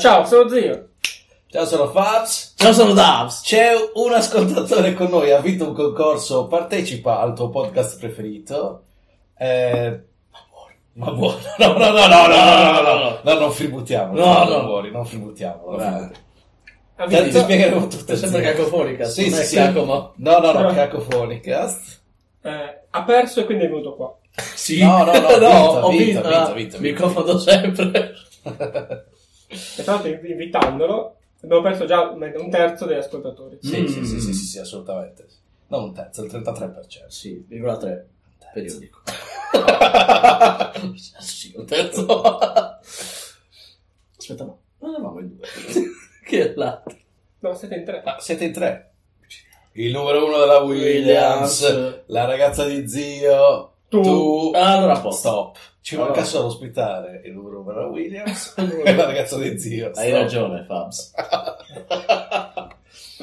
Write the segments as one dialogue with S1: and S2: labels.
S1: Ciao, sono zio.
S2: Ciao, sono Fabs.
S3: Ciao, sono Davs.
S2: C'è un ascoltatore con noi, ha vinto un concorso, partecipa al tuo podcast preferito. Eh, ma buono, ma buono. No, no, no, no, no, no, no, no, no, non fributiamo.
S3: No, no.
S2: non muori, non fributiamo.
S3: Vabbè.
S2: dai.
S1: Ha
S2: Tanto
S1: vinto-
S2: Ti spiegheremo tutto.
S3: È sempre
S2: zio.
S3: cacofonica,
S2: Sì, sì,
S3: non è
S2: sì.
S3: cacomo.
S2: No, no, no,
S1: Però-
S2: cacofonicast.
S1: eh, ha perso e quindi è venuto qua.
S3: Sì.
S2: No, no, no, ho vinto,
S3: ho
S2: vinto,
S3: vinto,
S2: vinto,
S3: ah,
S2: vinto,
S3: Mi
S2: vinto.
S3: confondo sempre.
S1: E tra l'altro invitandolo abbiamo perso già un terzo degli ascoltatori.
S2: Sì,
S3: Mm.
S2: sì, sì, sì, sì, sì, assolutamente. Non un terzo, il 33%.
S3: Sì, virgola 3, periodico. sì, un terzo. Aspetta, no. Non eravamo in due. che là.
S1: No, siete in tre.
S2: Ah, siete in tre. Il numero uno della Williams, la ragazza di zio,
S1: Tu.
S2: tu. Ah,
S3: Allora, a posto.
S2: Stop. Ci
S3: Allora.
S2: manca solo ospitare il numero uno della Williams e la
S3: Hai
S2: ragazza di zio. Stop.
S3: ragione, Fabs.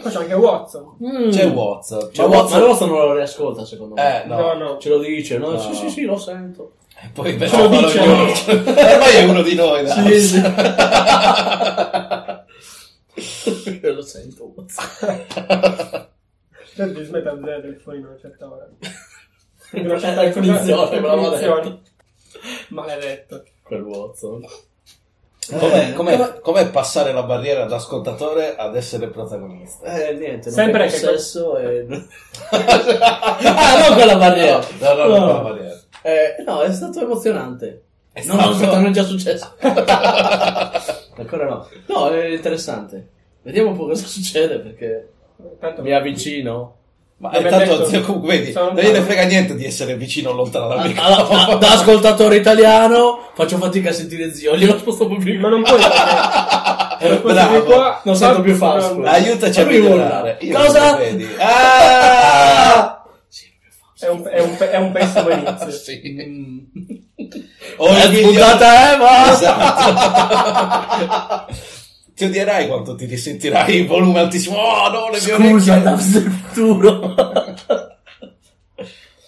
S1: Poi c'è anche Watson.
S2: C'è WhatsApp. C'è
S3: Ma Watson-
S2: WhatsApp.
S3: ma Watson non lo riascolta, secondo me.
S2: Eh, no.
S1: No, no.
S3: Ce lo dice, no?
S2: No.
S3: Sì, sì, sì, lo sento.
S2: E poi beh,
S1: Ce lo
S2: ma
S1: dice.
S2: ognuno- Ormai è uno di noi. dai.
S3: Io lo sento.
S1: Cioè, devi smettere di usare il telefonino a una certa ora. Quindi una certa-
S3: La punizione, bravo
S1: punizione. Maledetto.
S3: Quel Watson. Eh,
S2: Com'è, com'è- com'è passare la barriera da ascoltatore ad essere protagonista?
S3: Eh, niente, non
S1: Sempre
S3: Sempre
S1: che-
S3: possesso e... ah, non quella barriera.
S2: No, no, no, no, la barriera.
S3: Eh, no, è stato emozionante.
S2: È
S3: no,
S2: stato-
S3: no, aspetta, non è già successo. Ancora no. No, è interessante. Vediamo un po' cosa succede perché
S1: Tanto
S3: mi avvicino.
S2: Ma
S1: Vabbè,
S2: intanto,
S1: detto-
S2: zio, comunque, vedi,
S1: sono
S2: non gliene
S1: lontano.
S2: frega niente di essere vicino o lontano dal
S3: Allora, da,
S2: microfono.
S3: da ascoltatore italiano faccio fatica a sentire zio, glielo sposto proprio
S1: Ma non puoi perché... non puoi
S2: Bravo.
S1: dire qua,
S3: Non sento
S1: Fabio
S3: più
S1: si
S3: Fausto.
S1: calma.
S2: Aiutaci a
S3: Ma lui urla.
S2: migliorare. Io
S3: Cosa?
S2: non lo vedi. Ah!
S3: Sì,
S1: È
S3: proprio
S1: un, è un, è un pessimo inizio.
S2: sì.
S3: Oh, è
S2: Ogni
S3: sputtata, eh, ma...
S2: Esatto. ti odierai quando ti risentirai il volume altissimo. Oh, no, le mie
S3: Scusa,
S2: orecchie.
S3: Davs del futuro.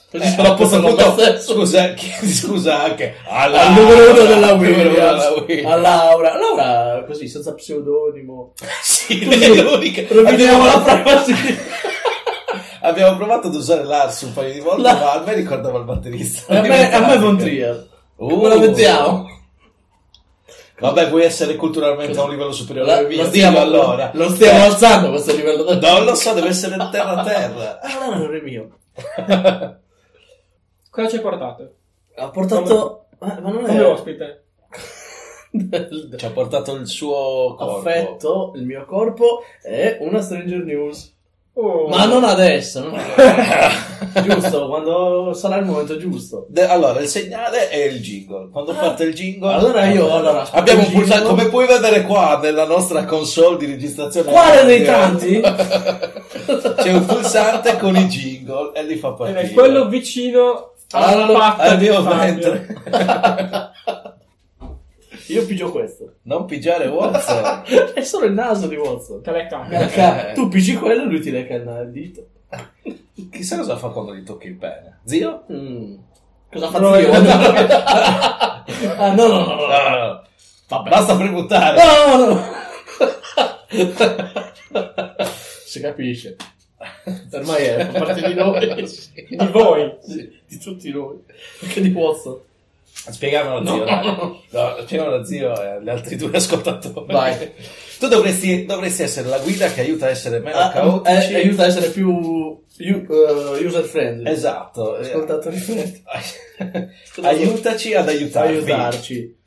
S3: Così
S2: Eh,
S3: sono
S2: a
S3: a
S2: questo
S3: posto con me
S2: punto,
S3: stesso.
S2: scusa, chiedi scusa anche alla,
S3: Al numero uno
S2: alla-
S3: della
S2: al numero uno della
S3: Williams.
S2: Williams.
S3: A Laura. Laura, così, senza pseudonimo.
S2: Sì, lei è l'unica.
S3: Roviniamo
S2: Abbiamo,
S3: la privacy.
S2: abbiamo provato ad usare l'Ars un paio di volte,
S3: La-
S2: ma a me ricordava il batterista.
S3: A me, a me Von Trier.
S2: Uh.
S3: Me lo mettiamo.
S2: Vabbè, vuoi essere culturalmente a un livello superiore
S3: La-
S2: al mio? Dillo allora.
S3: lo stiamo
S2: Eh,
S3: alzando questo livello.
S2: Non lo so, deve essere terra terra.
S3: Ah, Allora non è mio.
S1: Cosa ci hai portato?
S3: Ha portato... Ma ma non
S1: Come
S3: è...
S1: ospite.
S2: Ci ha portato il suo corpo.
S3: Affetto, il mio corpo e una Stranger News.
S1: Oh.
S3: Ma non adesso, non adesso. giusto, quando sarà il momento giusto.
S2: De- allora, il segnale è il jingle. Quando parte il jingle...
S3: Ah.
S2: eh,
S3: Allora io, allora, aspetta
S2: Abbiamo
S3: il jingle.
S2: pulsato, come puoi vedere qua, nella nostra console di registrazione...
S3: Quale dei tanti?
S2: C'è un pulsante con i jingle e li
S3: Eh,
S2: fa
S1: Ed
S2: partire.
S1: è quello vicino alla
S3: Allora,
S1: patta di
S2: Addio
S1: Fabio.
S2: mentre.
S3: Io pigio questo.
S2: Non pigiare Watson.
S3: È solo il naso di Watson.
S1: Te l'hai cagato.
S3: Cacca. Tu pigi quello e lui ti lecca il dito.
S2: Chissà cosa fa quando gli tocchi il pene. Zio?
S3: Mm. Cosa fa
S1: No,
S3: zio?
S1: no,
S3: ah,
S2: No,
S3: no, no, no, no.
S2: no, no. Ah, Basta frequentare.
S3: No, no, no. si capisce. Ormai è fa parte di noi.
S1: Di voi.
S3: Sì, di tutti noi. Anche di Watson.
S2: Spiegavano
S3: No.
S2: zio, dai. No, spiegavano zio e agli altri due ascoltatori.
S3: Vai.
S2: Tu dovresti, dovresti essere la guida che aiuta a essere meno
S3: Ah,
S2: caotici.
S3: eh, aiuta a essere più eh, user friendly.
S2: Esatto. Eh,
S3: Ascoltatori friendly.
S2: Aiutaci ad aiutarvi.
S3: Aiutarci.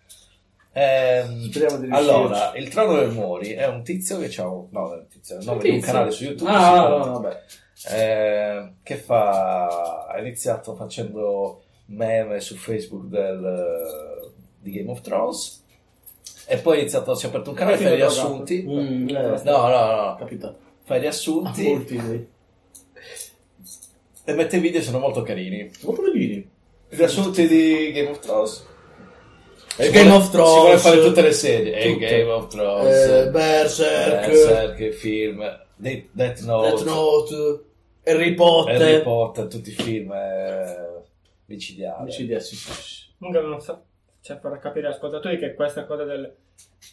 S2: Ehm,
S3: Speriamo di riuscirci.
S2: allora, il trono del Mori è un tizio che ha un, no, è un, tizio, è il nome di un
S3: Tizio.
S2: canale su YouTube. si
S3: Ah,
S2: chiama-
S3: no, no, vabbè.
S2: Ehm, che fa ha iniziato facendo meme su Facebook del, eh, di Game of Thrones e poi ha iniziato si è aperto un canale fa i riassunti no
S3: Mm, eh,
S2: no no
S3: capito.
S2: fa i riassunti
S3: Molti dei-
S2: e mette i video sono molto carini
S3: Molto bellini.
S2: riassunti di Game of Thrones
S3: E
S2: Si
S3: Game
S2: vuole-
S3: of Thrones.
S2: si vuole fare tutte le serie e
S3: Tutte.
S2: Game of Thrones
S3: Eh, Berserk.
S2: Berserk, film Death Note,
S3: Death Note. Harry Potter.
S2: Harry Potter, tutti i film eh, micidiali.
S3: Omicidia, sì, sì, sì.
S1: Comunque non so, cioè farà capire agli ascoltatori che questa cosa del...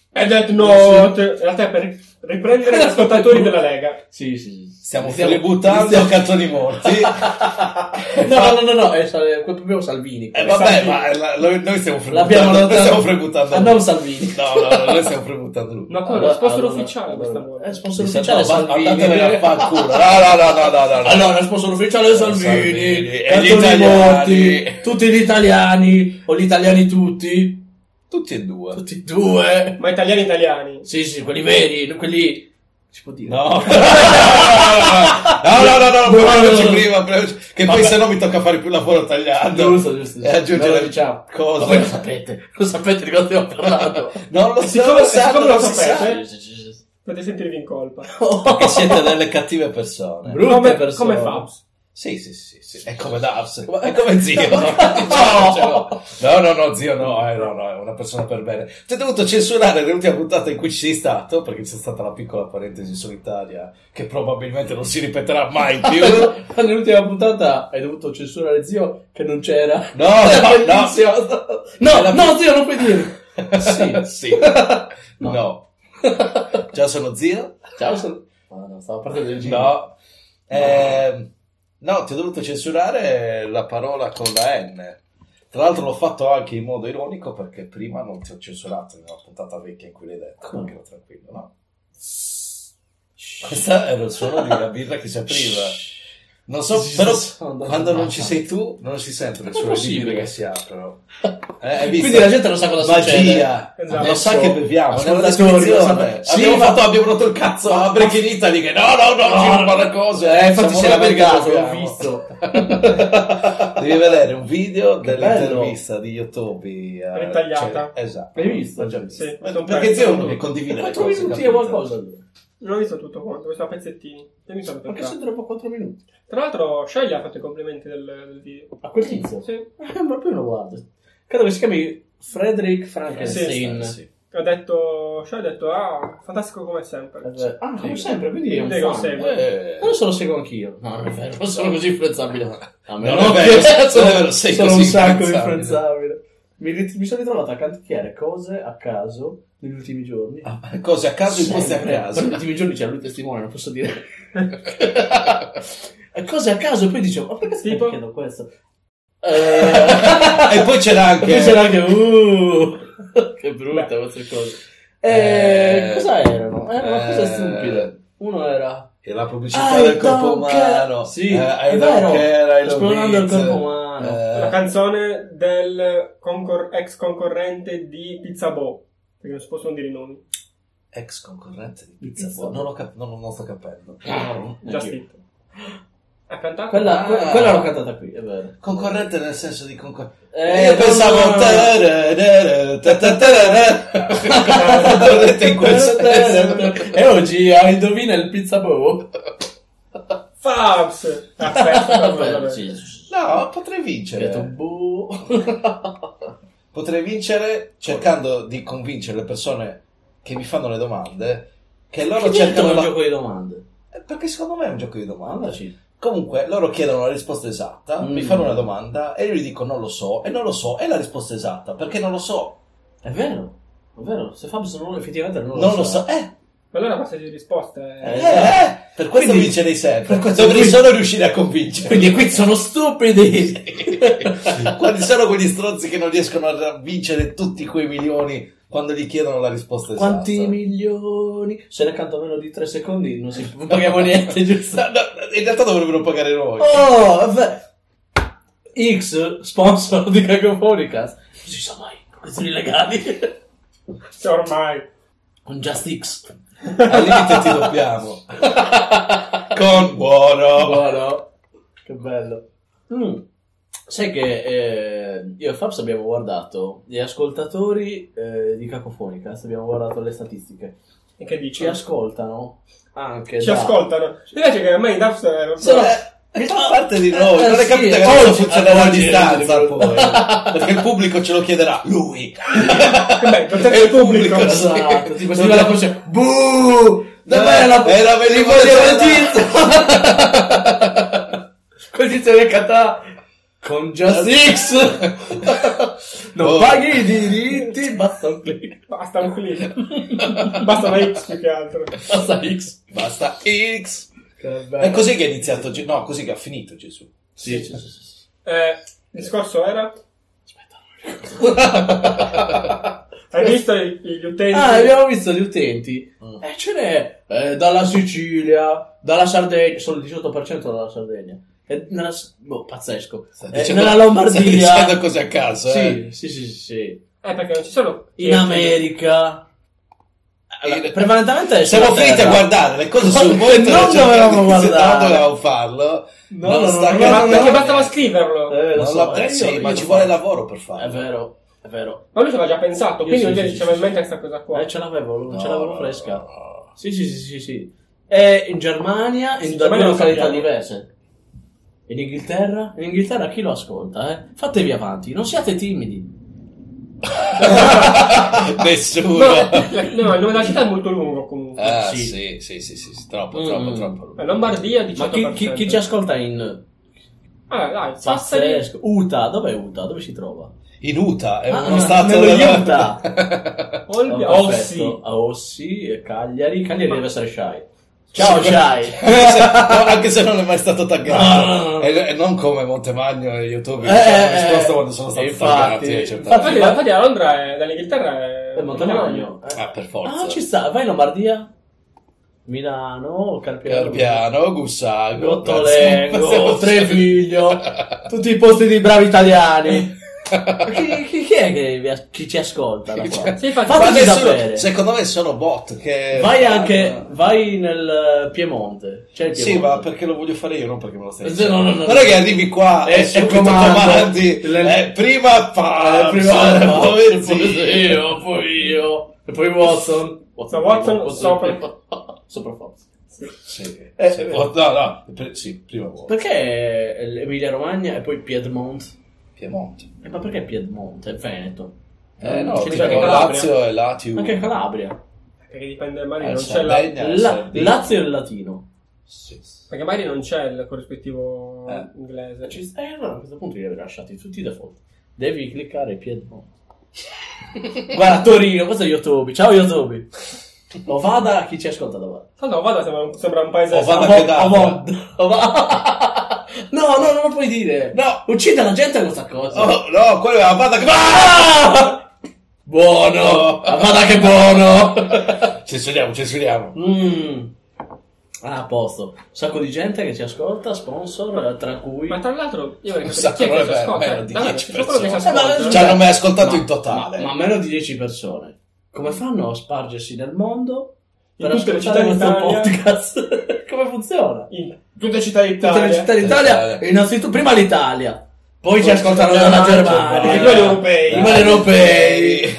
S1: È Death Note! In realtà è per ri- riprendere gli ascoltatori della Lega.
S3: Sì, sì, sì.
S2: Stiamo,
S3: Stiamo-
S2: buttando
S3: stiamo-
S2: cartoni morti.
S3: No, no, no, no, è, Sal- è proprio Salvini.
S2: Eh, vabbè, ma la- lo- noi stiamo
S3: L'abbiamo
S2: frequentando. Noi
S3: notato.
S2: stiamo frequentando.
S3: Ma non Salvini.
S2: No, no, no, noi stiamo frequentando lui.
S1: Ma quello è lo sponsor ufficiale questa volta.
S3: È Eh, sponsor
S2: Dice,
S3: ufficiale
S2: no, va-
S3: Salvini.
S2: andatevene a fanculo. No, no, no, no, no, no.
S3: Allora, sponsor ufficiale
S2: Oh, Salvini,
S3: Salvini,
S2: e
S3: Cartoni
S2: gli italiani.
S3: Morti, tutti gli italiani, o gli italiani tutti,
S2: Tutti e due.
S3: tutti e due.
S1: Ma italiani italiani.
S3: Sì, sì, quelli veri, quelli... Si può dire?
S2: No. no, no, no, no,
S3: No,
S2: proviamoci
S3: no, no.
S2: prima, proviamoci- Che poi
S3: Vabbè.
S2: se no mi tocca fare più lavoro tagliando.
S3: Giusto, giusto, giusto.
S2: E aggiungere
S3: Allora, diciamo. Ma
S2: cose.
S3: voi lo sapete, lo sapete di cosa stiamo parlando.
S2: Non lo so,
S1: Siccome-
S2: lo sanno,
S1: siccome lo
S2: non si
S1: sapete,
S2: sa.
S1: Eh? Potete sentirvi in colpa.
S3: Oh,
S2: Perché siete delle cattive persone.
S3: Brutte
S1: come,
S3: persone.
S1: come Fabs.
S2: Sì, sì, sì, sì. È come Dabs. È come zio. No,
S3: No.
S2: no, no, no, zio, no, eh, no, no, è una persona per bene. Ti ho dovuto censurare l'ultima puntata in cui ci sei stato, perché c'è stata la piccola parentesi solitaria, che probabilmente non si ripeterà mai più. No,
S3: Ma Nell'ultima puntata hai dovuto censurare zio che non c'era.
S2: no, no.
S3: Bellissimo. No,
S2: Era-
S3: no, zio, non puoi dire.
S2: Sì, sì.
S3: No.
S2: No. Già sono zio?
S3: Ciao, sono... No, no, stavo parlando del giro.
S2: No. Ehm, no, ti ho dovuto censurare la parola con la N. Tra l'altro l'ho fatto anche in modo ironico perché prima non ti ho censurato nella puntata vecchia in cui l'hai detto,
S3: Mm.
S2: perché ero tranquillo, no? Questo era il suono di una birra che si apriva. Non so,
S3: Sì, sì,
S2: però
S3: sì, sono andato
S2: quando non
S3: ammazzato.
S2: ci sei tu non si sentono
S3: Ma
S2: le suoni di
S3: possibile?
S2: birre che si aprono. Eh, hai visto?
S3: Quindi la gente non sa cosa succede.
S2: magia
S1: Esatto.
S2: non sa che beviamo è una
S3: Ascoltatori,
S2: descrizione
S3: lo sa-
S2: abbiamo
S3: Sì, ma-
S2: fatto abbiamo rotto il cazzo a Break in Italy che no no no,
S3: No,
S2: ci
S3: no.
S2: ruba le cose
S3: Eh, infatti
S2: siamo
S3: se l'ha
S2: noi che
S3: beccato, l'ho
S2: abbiamo.
S3: visto.
S2: devi vedere un video
S3: Che
S2: dell'intervista di Yotobi eh,
S1: Ritagliata.
S2: cioè, esatto
S3: L'hai visto?
S2: L'ho già visto.
S1: Sì.
S2: Ma non- perché zio è uno che condivide le
S3: 4
S2: cose
S3: minuti
S2: capito?
S3: è qualcosa.
S1: Non ho visto tutto quanto, ho visto a pezzettini. Io mi sono
S3: Perché
S1: toccato.
S3: sono troppo 4 minuti?
S1: Tra l'altro, Shaggy ha fatto i complimenti del, del video.
S3: A quel tizio?
S1: Sì.
S3: Eh, ma poi lo guardo. Credo che si chiami Frederick
S2: Frankenstein,
S3: Frankenstein.
S2: Eh, sì.
S1: Ha detto, Shaggy ha detto, ah, fantastico come sempre.
S3: Eh, Ah, come sempre, quindi è un
S1: Sì, lo
S3: fan.
S1: seguo.
S2: Eh,
S3: Adesso lo seguo anch'io. No, non è vero, non sono così influenzabile. A me
S2: Non è
S3: no.
S2: vero,
S3: sono,
S2: non è vero, sei
S3: sono
S2: così
S3: un sacco
S2: influenzabile.
S3: influenzabile. Mi, rit- mi sono ritrovato a canticchiare cose a caso negli ultimi giorni.
S2: ah, cose a caso in posti a
S3: Sempre. Però
S2: caso
S3: Negli ultimi giorni c'era lui testimone, non posso dire. cose a caso, poi dicevo, ma perché stai
S1: Tipo?
S3: chiedo questo? Eh,
S2: e poi c'era
S3: e poi
S2: anche
S3: c'era anche uh, che brutta
S1: Beh.
S3: questa cosa. Eh,
S2: Eh,
S3: cosa erano? Era una cosa
S2: eh,
S3: stupida. Uno era
S2: e la pubblicità
S3: I
S2: del corpo
S3: don't care.
S2: umano
S3: Sì,
S2: eh, I
S3: è
S2: don't
S3: vero.
S2: care, I love
S3: esplorando il
S2: it.
S3: corpo umano.
S2: Eh,
S1: La canzone del concor- ex concorrente di Pizza Bo. Perché non si possono dire i nomi.
S2: ex concorrente di Pizza
S3: Pizza
S2: Bo.
S3: Bo.
S2: Non, ho cap- non, non sto capendo.
S3: Ah,
S1: Just
S3: anch'io.
S1: It. Ha cantato?
S3: Quella, que-
S2: Ah.
S3: quella l'ho cantata qui, è vero.
S2: Concorrente nel senso di concorrente.
S3: Eh,
S2: Io
S3: no,
S2: pensavo.
S3: no, no.
S2: tararara, ta- ta- tarara. L'ho detto in quel senso.
S3: E oggi ah, indovina il pizza bow.
S1: Fabs! Aspetta, vabbè, vabbè.
S2: No, potrei
S3: Ho detto
S2: vincere.
S3: boh.
S2: Potrei vincere cercando di convincere le persone che mi fanno le domande che loro
S3: Loro
S2: cercano
S3: cercano un
S2: la-
S3: gioco di domande.
S2: Eh, Perché secondo me è un gioco di domande.
S3: Mandaci.
S2: Comunque, loro chiedono la risposta esatta,
S3: Mm.
S2: mi fanno una domanda e io gli dico non lo so, e non lo so, è la risposta esatta, perché non lo so,
S3: È vero, è vero. Se Fabs non effettivamente non lo
S2: non lo
S3: sa.
S2: so, eh,
S1: Ma allora passaggi di risposte.
S2: Eh,
S1: eh.
S3: Esatto.
S2: eh, per questo
S3: Quindi-
S2: vincerei sempre.
S3: per questo-
S2: Dovrei
S3: quindi-
S2: solo riuscire a convincere.
S3: Quindi qui sono stupidi.
S2: Quanti sono quegli stronzi che non riescono a vincere tutti quei milioni quando gli chiedono la risposta esatta?
S3: Quanti milioni? Se ne canto meno di 3 secondi non si non paghiamo niente, giusto?
S2: No, no, in realtà dovrebbero pagare noi.
S3: Oh, vabbè. X, sponsor di Cacofonicas. Non si sa mai, questioni legali.
S1: Cioè, ormai.
S3: Con Just X.
S2: Al limite ti doppiamo. Con buono.
S3: Buono. Che bello. Oh. Mm. Sai che eh, io e Fabs abbiamo guardato gli ascoltatori eh, di Cacofonicas, abbiamo guardato le statistiche.
S1: E che dici?
S3: Ci ascoltano Ah. anche
S1: Ci
S3: da-
S1: ascoltano. Mi piace che ormai i Dubs non
S3: Sono-
S2: Eh, fa parte di noi,
S3: Eh,
S2: non è
S3: sì,
S2: capito che
S3: eh,
S2: questo
S3: oggi-
S2: funzionerà a
S3: oggi-
S2: distanza
S3: oggi-
S2: poi. Perché il pubblico ce lo chiederà. Lui.
S1: Beh, il
S2: E
S1: contesto
S2: il
S1: pubblico.
S2: pubblico.
S3: Esatto, tipo,
S2: Non
S3: sembra la
S2: abbiamo-
S3: voce "Buh!"
S2: Davvero, la...
S3: Eh,
S2: era
S3: Li
S2: bellissimo.
S3: voglio il
S2: Era-
S3: tizio! Quel tizio che canta con Just X! non
S2: Oh.
S3: paghi i diritti, basta un click.
S1: Basta un click. Basta la X più che altro.
S3: Basta X.
S2: Basta X. È
S3: È
S2: così che è iniziato Gesù. No, così che ha finito Gesù.
S3: Sì, sì, sì, sì, sì.
S1: Eh, il discorso era?
S3: Aspetta.
S1: Hai visto i- gli utenti?
S3: Ah, abbiamo visto gli utenti.
S2: Mm.
S3: Eh, ce n'è eh, dalla Sicilia, dalla Sardegna, solo il 18% dalla Sardegna. E nella S- boh, pazzesco.
S2: Sta
S3: Eh,
S2: dicendo-
S3: nella
S2: Stai
S3: Lombardia.
S2: dicendo cose a caso, eh?
S3: Sì, sì, sì, sì, sì.
S1: Eh, perché non ci sono...
S3: In America. Allora,
S2: Eh,
S3: prevalentemente
S2: Siamo
S3: sulla
S2: finiti a
S3: terra.
S2: guardare le cose sul
S3: Non
S2: momento.
S3: dovevamo
S2: cercando di-
S3: guardare.
S2: Non dovevamo farlo. Non
S3: No, no, no,
S2: sta
S3: no,
S1: Perché,
S3: no,
S1: ma-
S3: no,
S1: perché
S2: capitando.
S1: bastava scriverlo.
S3: Eh, lo
S2: Non
S3: so,
S2: l'ho
S3: eh,
S2: preso,
S3: io-
S2: ma
S3: io
S2: ci
S3: lo
S2: vuole
S3: so.
S2: lavoro per
S3: È
S2: farlo.
S3: Eh, vero, è vero.
S1: Ma lui ci aveva già pensato,
S3: Io
S1: quindi
S3: sì,
S1: lui
S3: sì,
S1: ci
S3: sì,
S1: c'aveva
S3: sì.
S1: in mente questa cosa qua.
S3: Eh, ce l'avevo,
S2: No,
S3: ce l'avevo
S2: no,
S3: fresca.
S2: no, no.
S3: Sì, sì, sì, sì, sì. E in Germania,
S1: Sì,
S3: in due
S1: Germania lo
S3: località
S1: sappiamo.
S3: diverse. In Inghilterra? In Inghilterra chi lo ascolta, eh? Fatevi avanti, non siate timidi.
S2: Nessuno.
S1: No, no, il nome della città è molto lungo comunque.
S2: Ah,
S3: Sì.
S2: sì, sì, sì, sì, sì, troppo,
S3: Mm.
S2: troppo, troppo.
S1: Eh, Lombardia 18%.
S3: Ma chi, chi- chi ci ascolta in...
S1: Ah, dai, Sassari.
S3: Pazzesco. Utah, dov'è Utah? Dove si trova?
S2: In Utah, è
S3: Ah,
S2: uno
S3: no,
S2: stato
S3: nello
S2: della-
S1: Olbia.
S3: Oh,
S1: Oh,
S3: perfetto.
S1: sì.
S3: A Ossi, e Cagliari. Cagliari
S1: Ma-
S3: deve essere shy. Ciao shy.
S2: Anche se- no, anche se non è mai stato taggato
S3: Ah, No, no, no.
S2: E, e non come Montemagno e YouTube
S3: Eh,
S2: che ci hanno
S3: eh,
S2: risposto quando sono stati
S3: infatti,
S2: taggati eh, certo.
S3: infatti.
S1: Infatti, infatti a Londra è, dall'Inghilterra è...
S3: È Montemagno. eh.
S2: ah per forza
S3: Ah, ci sta. Vai in Lombardia. Milano, Carpiano.
S2: Carpiano Gussago
S3: Gottolengo, Treviglio, tutti i posti di bravi italiani. chi, chi- chi è che vi as- chi ci ascolta? da qua?
S1: Sì, infatti,
S3: Fateci
S2: Ma
S1: guarda-
S2: nessuno-
S3: sapere.
S2: secondo me sono bot che
S3: Vai anche vai nel eh, Piemonte. C'è il Piemonte.
S2: sì ma perché lo voglio fare io non perché me lo stai
S3: No,
S2: dicendo
S3: no, no, no.
S2: non è che arrivi qua
S3: Eh,
S2: e subito
S3: comando.
S2: comandi
S3: Le-
S2: eh, prima pa
S3: Eh, prima
S2: pa-
S3: poi,
S2: poi-
S3: io, poi io, e poi Watson. Watson,
S1: Watson,
S3: sopra Fox.
S2: Sì,
S3: Eh,
S2: sì,
S3: eh.
S2: no, no, pre- sì, prima volta.
S3: Perché Emilia Romagna e poi Piedmont?
S2: Piemonte. Eh,
S3: Eh, ma perché Piedmont? È Veneto.
S2: no,
S3: C'è
S2: tipo
S1: anche Calabria.
S2: Lazio e Latium.
S3: Anche Calabria.
S1: Perché dipende, magari
S2: Eh,
S1: non c'è la...
S2: Sardegna,
S3: La-
S2: Sardegna.
S3: Lazio e il latino.
S2: Sì, sì.
S1: Perché magari non c'è il corrispettivo
S2: Eh.
S1: inglese.
S3: Ci sta- eh, allora a questo punto li avrei lasciati tutti default. Devi cliccare Piedmont. Guarda, Torino, questo è Yotobi. Ciao Yotobi. O vada chi ci ascolta da Vada.
S1: Ah, no, vada, sembra, sembra un paese...
S2: Oh, vada.
S3: O Mo-
S2: che data.
S3: o Mod. O Va- No, no, non lo puoi dire.
S2: No.
S3: uccida la gente con questa cosa.
S2: Oh, no, quello è la banda che...
S3: Ah! Buono. Ah, Vada che buono.
S2: Ah! Censuriamo, censuriamo.
S3: Mm. Ah, a posto. Un sacco di gente che ci ascolta, sponsor, tra cui...
S1: Ma tra l'altro, io vorrei
S2: Un
S1: capire chi è
S2: sacco,
S1: che ci
S2: vabbè,
S1: ascolta.
S2: meno di
S1: Dai,
S2: 10
S1: c'è solo che ci
S2: persone.
S1: ascolta.
S3: Eh,
S2: Ci
S3: ma-
S2: hanno mai ascoltato
S3: Ma-
S2: in totale.
S3: Ma, ma meno di 10 persone. Come fanno a spargersi nel mondo
S1: In
S3: per
S1: tutte le
S3: ascoltare
S1: città
S3: questo
S1: d'Italia.
S3: podcast? Come funziona?
S1: In tutte le città
S3: Tutte
S1: d'Italia.
S3: le città d'Italia,
S2: Italia.
S3: innanzitutto prima l'Italia, poi ci
S2: Poi
S3: ascoltano
S2: ci
S3: dalla
S2: ascoltano
S3: Germania,
S2: dalla
S1: I quelli europei.
S3: i quelli europei,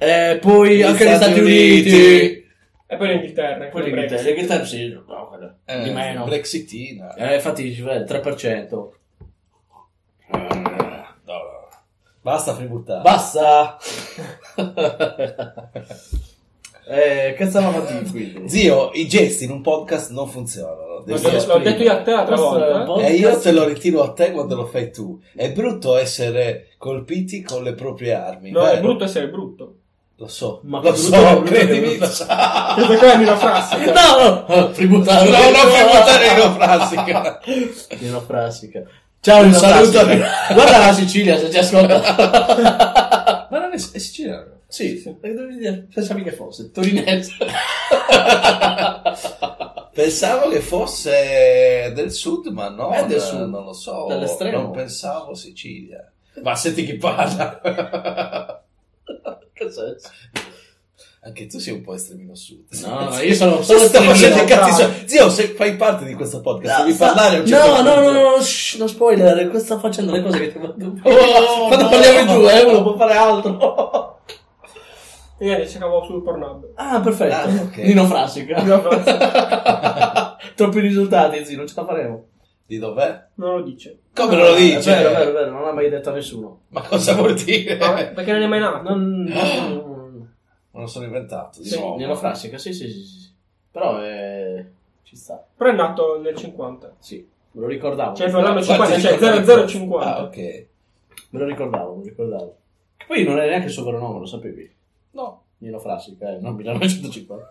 S3: eh, poi
S2: Gli
S3: anche gli
S2: Stati
S3: Stati
S2: Uniti.
S3: Uniti,
S1: E poi l'Inghilterra.
S3: poi
S1: con il
S3: l'Inghilterra,
S1: Brexit.
S3: l'Inghilterra sì, no, quella-
S2: Eh,
S3: di meno,
S2: Brexitina.
S3: eh, infatti ci vuole il 3%.
S2: No, no. Basta fributtare.
S3: Basta! eh, che stavamo a dire quindi?
S2: Zio, i gesti in un podcast non funzionano.
S1: L'ho
S2: Devi
S1: detto- l'ho detto io a te l'altra
S3: Questo è
S1: volta.
S3: un
S1: eh.
S3: po'
S2: E io te lo ritiro a te quando lo fai tu. È brutto essere colpiti con le proprie armi.
S1: No,
S2: vero?
S1: è brutto essere brutto.
S2: Lo so,
S3: Ma
S2: lo
S3: che
S2: so,
S3: brutto, che brutto,
S2: credimi.
S3: che brutto.
S2: lo so. No,
S1: Questa qua è una frase.
S3: Ah. No, no, tributare.
S2: non puoi buttare in neofrasica.
S3: Nino Frassica. Ciao,
S2: Un
S3: Nino
S2: saluto
S3: Frassica.
S2: a-
S3: Guarda la Sicilia se ci ascolta.
S2: Ma non è, è siciliano.
S3: sì, sì. Eh, dovevi dire, pensavi che fosse torinese.
S2: Pensavo che fosse del sud, ma no,
S3: È del
S2: eh,
S3: sud.
S2: non lo so.
S3: Dall'estremo.
S2: Non pensavo Sicilia. Ma senti chi parla.
S3: che senso?
S2: Anche tu sei un po' estremino sud.
S3: No, no, io sono
S2: Cosa
S3: solo
S2: sta facendo
S3: estremino.
S2: i cazzi suoi? Zio, se fai parte di questo podcast, devi
S3: sta-
S2: parlare a un certo
S3: no,
S2: punto.
S3: no, no, no, shh, non spoiler, qua sta facendo le cose che ti mando.
S2: Oh,
S3: Quando
S2: no.
S3: parliamo in due, eh, uno può fare altro.
S1: E niente, cercavo su Pornhub.
S3: Ah, perfetto.
S2: Ah, ok.
S3: Nino Frassica.
S1: Nino
S3: Troppi risultati, zio, non ce la faremo.
S2: Di dov'è?
S1: Non lo dice.
S2: Come non lo
S3: È
S2: dice?
S3: vero, è vero, è vero, non l'ha mai detto a nessuno.
S2: Ma cosa vuol dire?
S1: No, perché non è mai nato.
S3: Eh. Non...
S2: Me lo sono inventato. Di
S3: Sì,
S2: nuovo.
S3: nella frassica, sì, sì, sì, sì. Però eh, ci sta.
S1: Però è nato nel 50.
S3: Sì, me lo ricordavo.
S1: Cioè, l'anno 50,
S2: Quanti
S1: cioè
S2: ricordi-
S1: 0050.
S2: Ah, ok.
S3: Me lo ricordavo, me lo ricordavo. Che poi non è neanche il suo vero nome, lo sapevi?
S2: No.
S3: Nino Frassica, eh, non 1950.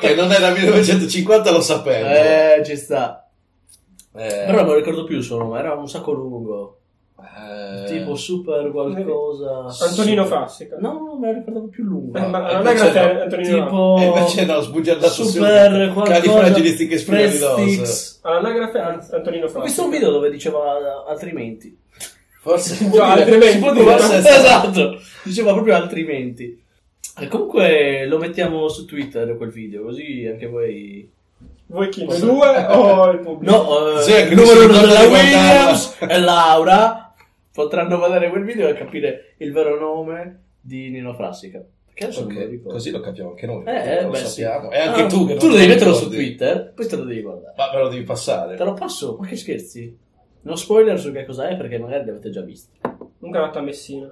S2: che non era 1950 lo sapevo.
S3: Eh, ci sta.
S2: Eh,
S3: Però non me lo ricordo più il suo nome, era un sacco lungo.
S2: eh,
S3: Tipo super qualcosa.
S1: Antonino
S2: Super.
S1: Frassica.
S3: No, no, me lo ricordavo più lungo.
S1: Eh,
S2: no,
S1: ma
S2: e
S1: non è
S2: invece
S1: grazie
S2: no.
S1: a Antonino Frassica.
S3: Tipo...
S2: E invece no, sbugiardato
S3: super qualcosa.
S2: Califragilistica spiralidosa.
S3: Prestix.
S1: All'anagrafe è Antonino
S3: Ho
S1: Frassica.
S3: visto un video dove diceva eh, altrimenti.
S2: Forse si
S1: Già, Ah,
S3: Cioè,
S1: altrimenti.
S2: si può dire, forse è stato-
S3: esatto, diceva proprio altrimenti. E comunque lo mettiamo su Twitter quel video, così anche voi...
S1: Voi chi? Noi
S2: Posso-
S1: due o il pubblico?
S3: No, eh,
S2: Sì, anche
S3: il numero
S2: lui si
S3: uno
S2: ricorda
S3: della
S2: di guardarla.
S3: Williams e Laura potranno guardare quel video e capire il vero nome di Nino Frassica. Perché adesso non me lo
S2: Ok,
S3: ricordo.
S2: così lo capiamo anche noi.
S3: Eh,
S2: perché
S3: eh,
S2: lo
S3: beh,
S2: sappiamo.
S3: sì.
S2: E anche
S3: Ah,
S2: tu che non te
S3: Tu lo devi
S2: lo
S3: metterlo su
S2: ricordi.
S3: Twitter, poi te lo devi guardare.
S2: Ma me lo devi passare.
S3: Te lo passo, ma che scherzi? Non spoiler su che cos'è perché magari li avete già visti.
S1: Un granato a Messina.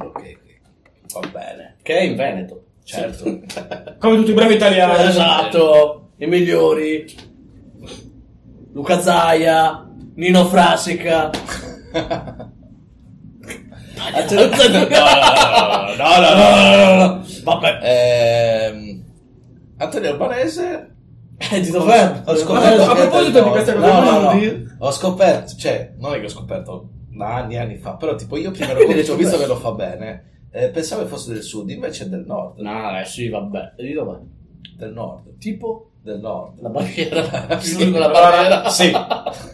S2: Ok, ok. Va bene.
S3: Che è in Veneto.
S2: Certo.
S1: Come tutti i bravi italiani.
S3: Esatto, i migliori. Luca Zaia, Nino Frassica. Eh,
S2: no, no, no, no, no, no, no.
S3: Vabbè.
S2: Ehm, Antonio Albanese.
S3: Eh, di dov'è?
S2: Ho
S1: Ma a
S2: scoperto che è
S1: proposito
S2: del
S1: di questa
S2: nord.
S1: cosa,
S2: No, no,
S1: volevo
S2: no.
S1: dire-
S2: Ho scoperto, cioè, non è che ho scoperto da anni, anni fa, però tipo io prima ero convinto, ho visto che lo fa bene, eh, pensavo che fosse del sud, invece è del nord.
S3: No, eh sì, vabbè. E di dov'è?
S2: Del nord.
S3: Tipo
S2: Del nord.
S3: la barriera.
S2: Sì.
S3: Chiuso con la barriera.
S2: Sì.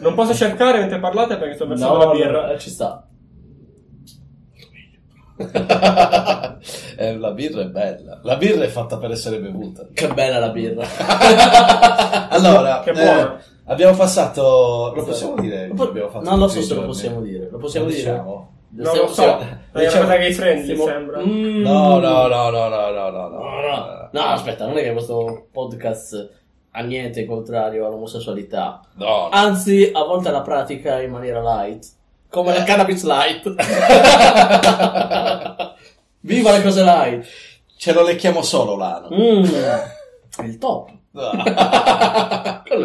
S1: Non posso cercare mentre parlate perché sto versando
S3: No,
S1: la birra.
S3: no, eh, ci sta.
S2: Eh, la birra è bella. La birra è fatta per essere bevuta.
S3: Che bella la birra.
S2: Allora,
S1: Che
S2: eh,
S1: buona.
S2: abbiamo passato. Lo possiamo dire?
S3: Po-
S2: Abbiamo fatto
S3: non lo so
S2: tutti i
S3: se lo
S2: giorni.
S3: possiamo dire. Lo possiamo
S2: Possiamo
S3: dire?
S2: diciamo.
S1: Non lo so.
S3: Stiamo-
S1: È una
S3: diciamo-
S1: cosa gay friendly,
S3: stiamo-
S1: sembra.
S3: Mm.
S2: No, no, no, no, no, no, no.
S3: No, no, no, aspetta, non è che questo podcast ha niente contrario all'omosessualità.
S2: No, no.
S3: Anzi, a volte la pratica in maniera light, come la cannabis light. Viva le cose light!
S2: Ce lo lecchiamo solo l'ano.
S3: Mm, il top. Quello è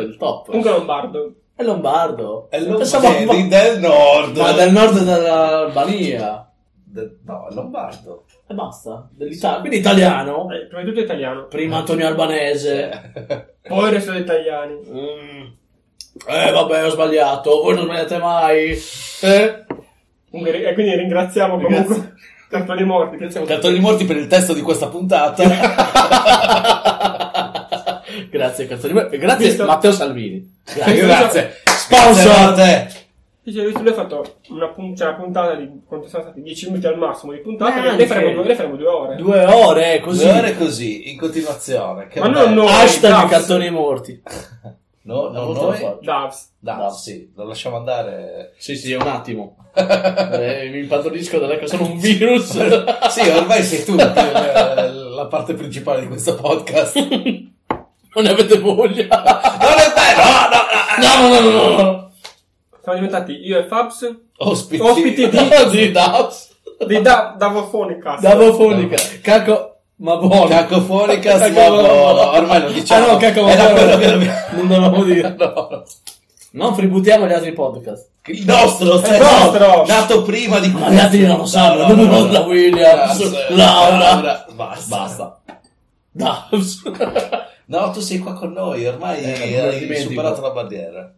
S3: il
S1: Un
S3: top.
S1: lombardo.
S3: È lombardo.
S2: È lo
S3: Pensavo-
S2: vedi del nord.
S3: Ma del nord dell'Albania.
S2: De- No, è lombardo.
S3: E basta. Dell'Italia. Quindi italiano.
S1: Eh, prima di tutto italiano.
S3: Prima Antonio Albanese.
S2: Eh.
S1: Poi il resto degli italiani.
S3: Mm. Eh vabbè, ho sbagliato. Voi non sbagliate mai. Eh?
S1: Comunque, ri- E quindi ringraziamo comunque Cartoni Morti. Ringraziamo
S2: Cartoni morti per il testo di questa puntata.
S3: grazie Cazzolino. E Grazie
S1: Visto-
S3: Matteo Salvini. Grazie.
S2: Grazie.
S3: Sponsor.
S2: Sponsor.
S1: Dice, visto, lui ha fatto una, pun- cioè, una puntata di quanto sono stati 10 minuti al massimo di
S2: Eh,
S1: puntata.
S3: Neanche.
S1: Ne faremo, due- ne faremo due ore.
S3: Due ore così.
S2: Due ore così, in continuazione. Che
S1: Ma
S2: bello.
S1: non noi.
S3: Hashtag
S1: Dazz.
S3: cartoni morti.
S2: No,
S3: La
S2: non
S3: volta lo
S2: noi.
S3: faccio.
S1: Davs.
S2: No,
S3: No.
S2: sì, lo lasciamo andare.
S3: Sì, sì, un attimo. Eh, mi impadronisco della che sono un virus.
S2: Sì, ormai sei tu eh, la parte principale di questo podcast. Non
S3: non ne avete voglia.
S2: è vero!
S3: No, no, no, no, no.
S1: Siamo diventati io e Fabs
S2: no. Ospiti.
S1: Ospiti di-
S3: Di Davos.
S1: di da- Davofonica.
S3: Davofonica. Caco, ma buono.
S2: Cacofonica,
S3: Caco-
S2: ma buono. Ormai lo diciamo.
S3: Ah no, caco, ma
S2: Era
S3: buono.
S2: quello che dobbiamo-
S3: Non dovevamo dire.
S2: No.
S3: Non tributiamo gli altri podcast.
S2: Il nostro, eh,
S1: È nostro.
S2: nato prima di questo.
S3: gli altri non lo sanno.
S2: No, no, no, no.
S3: La Williams,
S2: Grazie.
S3: Laura.
S2: Basta.
S3: Basta. Davos.
S2: No, tu sei qua con noi, ormai
S3: Eh, non lo
S2: hai
S3: dimentico.
S2: superato la barriera.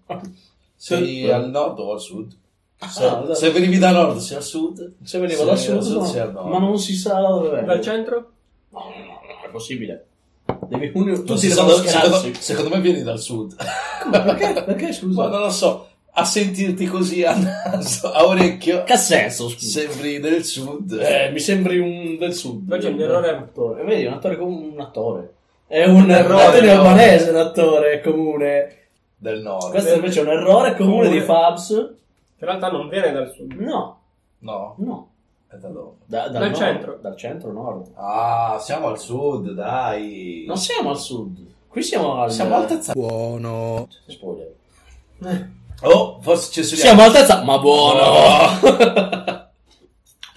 S2: Sei
S3: Sì.
S2: al nord o al sud? Se,
S3: Ah,
S2: se venivi da nord sei al sud,
S3: Se veniva da
S2: Se-
S3: sud,
S2: se-
S3: no.
S2: se al nord.
S3: ma non si sa da dove
S1: Dal
S3: vengo.
S1: centro?
S3: No, no, no, no, è possibile. Devi unire
S2: Tu
S3: tutti
S2: secondo,
S3: devono
S2: secondo,
S3: schierarsi.
S2: secondo me vieni dal sud.
S3: Perché? Perché
S2: Ma
S3: scusa?
S2: non lo so, a sentirti così a naso, a orecchio,
S3: Che senso, scusa?
S2: sembri del sud.
S3: Eh, mi sembri un del sud.
S1: Oggi è un errore.
S3: Un attore. Eh, Vedi, un attore comune, un attore. È un
S1: errore,
S3: errore
S1: no.
S3: albanese, un attore comune.
S2: Del nord.
S3: Questo invece è un errore comune di Fabs.
S1: In realtà non viene dal sud.
S3: No,
S2: No,
S3: no.
S2: è da dove?
S3: Da- dal
S1: Dal
S3: nord,
S1: centro.
S3: Dal centro nord.
S2: Ah, siamo al sud, dai.
S3: Non siamo al sud. Qui siamo al...
S2: siamo altezza.
S3: Spoiler.
S2: Oh, forse censuriamo.
S3: Siamo altezza... Ma buono!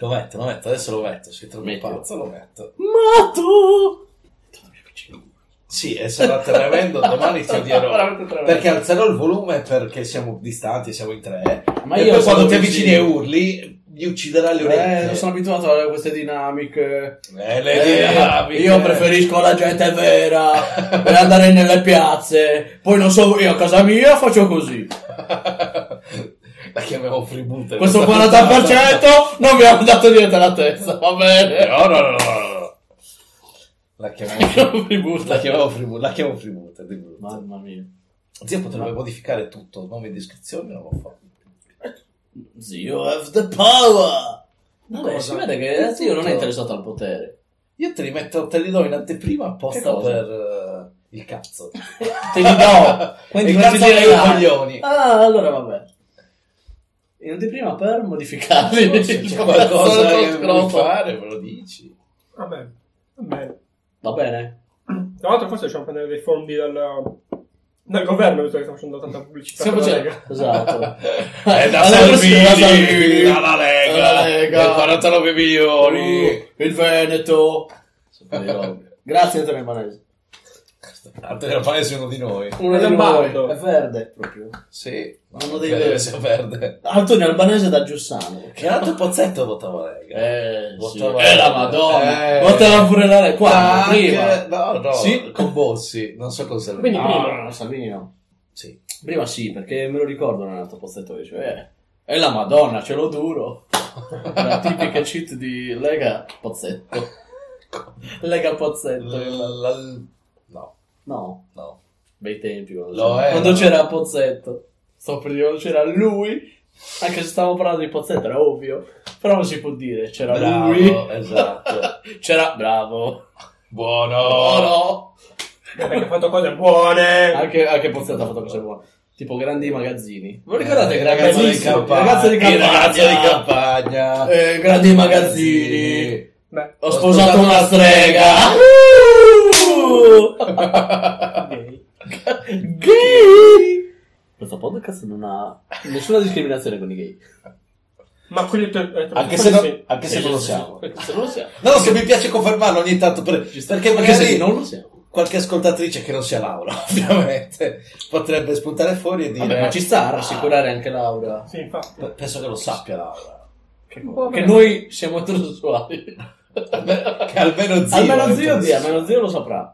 S2: Lo metto, lo metto, adesso lo metto. Sei troppo
S3: Mettilo.
S2: pazzo, lo metto.
S3: Ma tu!
S2: Sì, e sarà tremendo, domani ti odierò.
S4: Veramente tremendo.
S2: Perché alzerò il volume perché siamo distanti, siamo in tre.
S3: Ma
S2: e poi
S3: sono
S2: quando ti
S3: vicino.
S2: avvicini e urli, gli ucciderà le
S3: Eh,
S2: orecchie.
S3: non sono abituato a queste dinamiche.
S2: Eh, le
S3: Eh,
S2: dinamiche.
S3: io preferisco la gente vera per andare nelle piazze. Poi non so, io a casa mia faccio così.
S2: La chiamiamo freebooter.
S3: Questo
S2: questa
S3: 40% non mi ha dato niente alla testa, va
S2: puntata.
S3: bene.
S2: No, Eh, no, no, no, no. La chiamiamo
S3: Non mi butta.
S2: La chiamiamo freebooter. La chiamiamo freebooter. di brutto.
S3: Mamma mia.
S2: Zio potrebbe modificare tutto, nome e descrizione, non lo fa.
S3: Zio have the power. Vabbè,
S1: Cosa?
S3: si vede che zio non è interessato al potere.
S2: Io te li metto, te li do in anteprima apposta
S3: Che cosa?
S2: per eh, il cazzo.
S3: Te li do.
S2: Quindi
S3: Quindi
S2: cazzo
S3: non si
S2: direi i
S3: dirà.
S2: coglioni.
S3: Ah, allora vabbè. In anteprima per modificarli.
S2: Se c'è
S3: Tipo,
S2: qualcosa
S3: solo
S2: che
S3: con
S2: vuoi
S3: scroto.
S2: fare, me lo dici.
S1: Va Ah, bene, va bene.
S3: Va bene.
S1: Tra l'altro forse facciamo prendere dei fondi dal, dal governo, visto che stiamo facendo tanta pubblicità.
S3: Stiamo
S1: per la
S3: facendo...
S1: Lega.
S3: Esatto.
S2: È da
S3: Alla
S2: Salvini,
S3: prossima, Salvini.
S2: dalla Lega, Oh,
S3: Alla Lega.
S2: per 49 milioni.
S3: Uh, il Veneto. Grazie Antonio Manese.
S2: Antonio Panese è uno di noi.
S3: Uno
S1: È
S3: di noi
S1: Lombardo.
S3: è verde proprio.
S2: Sì,
S3: Uno dei
S2: verde,
S3: veri.
S2: sia verde.
S3: Antonio Albanese da Giussano.
S2: Che altro Pozzetto votava Lega.
S3: Eh, sì.
S2: Votava-
S3: Eh, la Madonna.
S2: Eh.
S3: Poteva pure dare qua.
S2: Ah,
S3: prima.
S2: anche- No, no,
S3: Sì.
S2: con Bossi, non so cosa
S1: Quindi
S3: No,
S1: prima.
S3: no, no, Salvini no.
S2: Sì.
S3: Prima sì, perché me lo ricordo Renato Pozzetto che diceva, eh, è la Madonna, ce l'ho duro. La tipica cheat di Lega Pozzetto. Lega Pozzetto.
S2: L- l- No,
S3: No,
S2: no.
S3: bei tempi. Quando,
S2: Lo
S3: c'era,
S2: è,
S3: quando
S2: no.
S3: c'era Pozzetto. Sto per dire, quando c'era lui, anche se stavo parlando di Pozzetto era ovvio, però non si può dire, c'era
S2: Bravo,
S3: lui.
S2: esatto.
S3: C'era, bravo.
S2: Buono.
S3: Oh no!
S1: Perché ha fatto cose buone.
S3: Anche, anche Pozzetto ha fatto cose buone. Tipo grandi magazzini. Voi ricordate
S2: il
S3: che
S2: ragazzo di
S1: bellissimo,
S2: campagna?
S3: Ragazzo di
S2: Il ragazzo di
S3: campagna.
S2: campagna.
S3: Eh, grandi magazzini.
S1: Beh,
S3: Ho sposato una strega. Uh!
S1: gay.
S3: gay. Questo podcast non ha nessuna discriminazione con i gay.
S1: ma quelli te- eh,
S2: Anche se,
S1: sì.
S2: non, anche se non lo siamo.
S3: Se non lo siamo.
S2: No, se mi piace confermarlo ogni tanto per- perché
S3: Anche se
S2: magari
S3: non lo siamo.
S2: qualche ascoltatrice che non sia Laura, ovviamente, potrebbe spuntare fuori e dire...
S3: Vabbè, ma ci sta a
S2: "Ah,
S3: rassicurare anche Laura.
S1: Sì, infatti.
S2: pe- Penso che lo sappia Laura.
S3: Che,
S1: cosa?
S3: noi siamo eterosessuali.
S2: Almeno- Che almeno zio...
S3: Almeno
S2: è
S3: zio, zio,
S2: interessato.
S3: almeno zio lo saprà.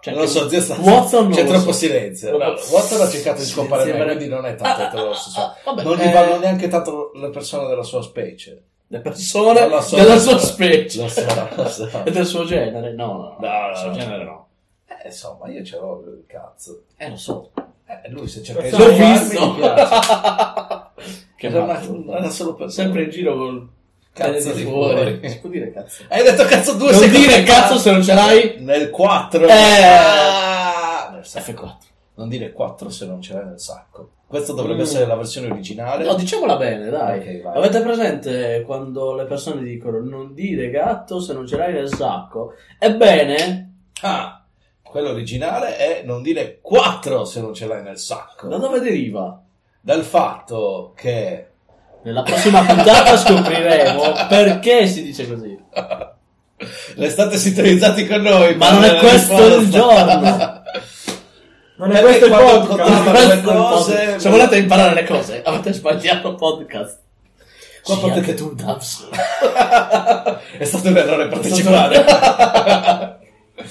S3: Cioè,
S2: Non lo so, zio sta...
S3: Watson non
S2: C'è
S3: lo
S2: troppo
S3: so.
S2: silenzio.
S3: Proprio-
S2: Watson ha cercato di scomparire,
S3: Silenzio,
S2: quindi non è tanto
S3: Ah, ah,
S2: eterosessuale.
S3: ah, vabbè,
S2: non gli
S3: eh,
S2: vanno neanche tanto le persone della sua specie.
S3: le persone
S2: Lo so.
S3: della sua specie
S2: Lo so, lo so.
S3: e del suo genere. No, no,
S2: No,
S3: del suo
S2: no.
S3: genere no.
S2: Eh, insomma, io ce l'ho il cazzo.
S3: Eh, lo so.
S2: Eh, lui se cerca di
S1: L'ho
S2: salvarmi,
S3: visto.
S2: mi piace.
S3: Che
S2: Era
S3: mazzo.
S2: una- era solo per-
S3: Sempre in giro col
S2: Cazzo
S3: pene
S2: di fuori.
S3: Si può dire cazzo.
S2: Hai detto cazzo due
S3: Non
S2: secondi
S3: dire
S2: fa.
S3: cazzo se non ce l'hai.
S2: Nel 4.
S3: Eh.
S2: Nel sacco.
S3: F4.
S2: Non dire 4 se non ce l'hai nel sacco. Questa dovrebbe essere la versione originale.
S3: Mm. No, diciamola bene, dai.
S2: Ok, vai.
S3: Avete presente quando le persone dicono non dire gatto se non ce l'hai nel sacco? Ebbene,
S2: Ah, quella originale è non dire 4 se non ce l'hai nel sacco.
S3: da dove deriva?
S2: Dal fatto che...
S3: Nella prossima puntata scopriremo perché si dice così.
S2: Le state sintonizzati con noi. eh,
S3: Ma non è questo il giorno.
S1: Non è questo il
S2: Quando
S1: podcast.
S2: contano le
S3: Questo è il
S2: cose,
S3: podcast. Se volete imparare le cose, avete sbagliato podcast.
S2: Qua
S3: Sì,
S2: potete-
S3: anche tu, Dabs.
S2: È stato un errore partecipare.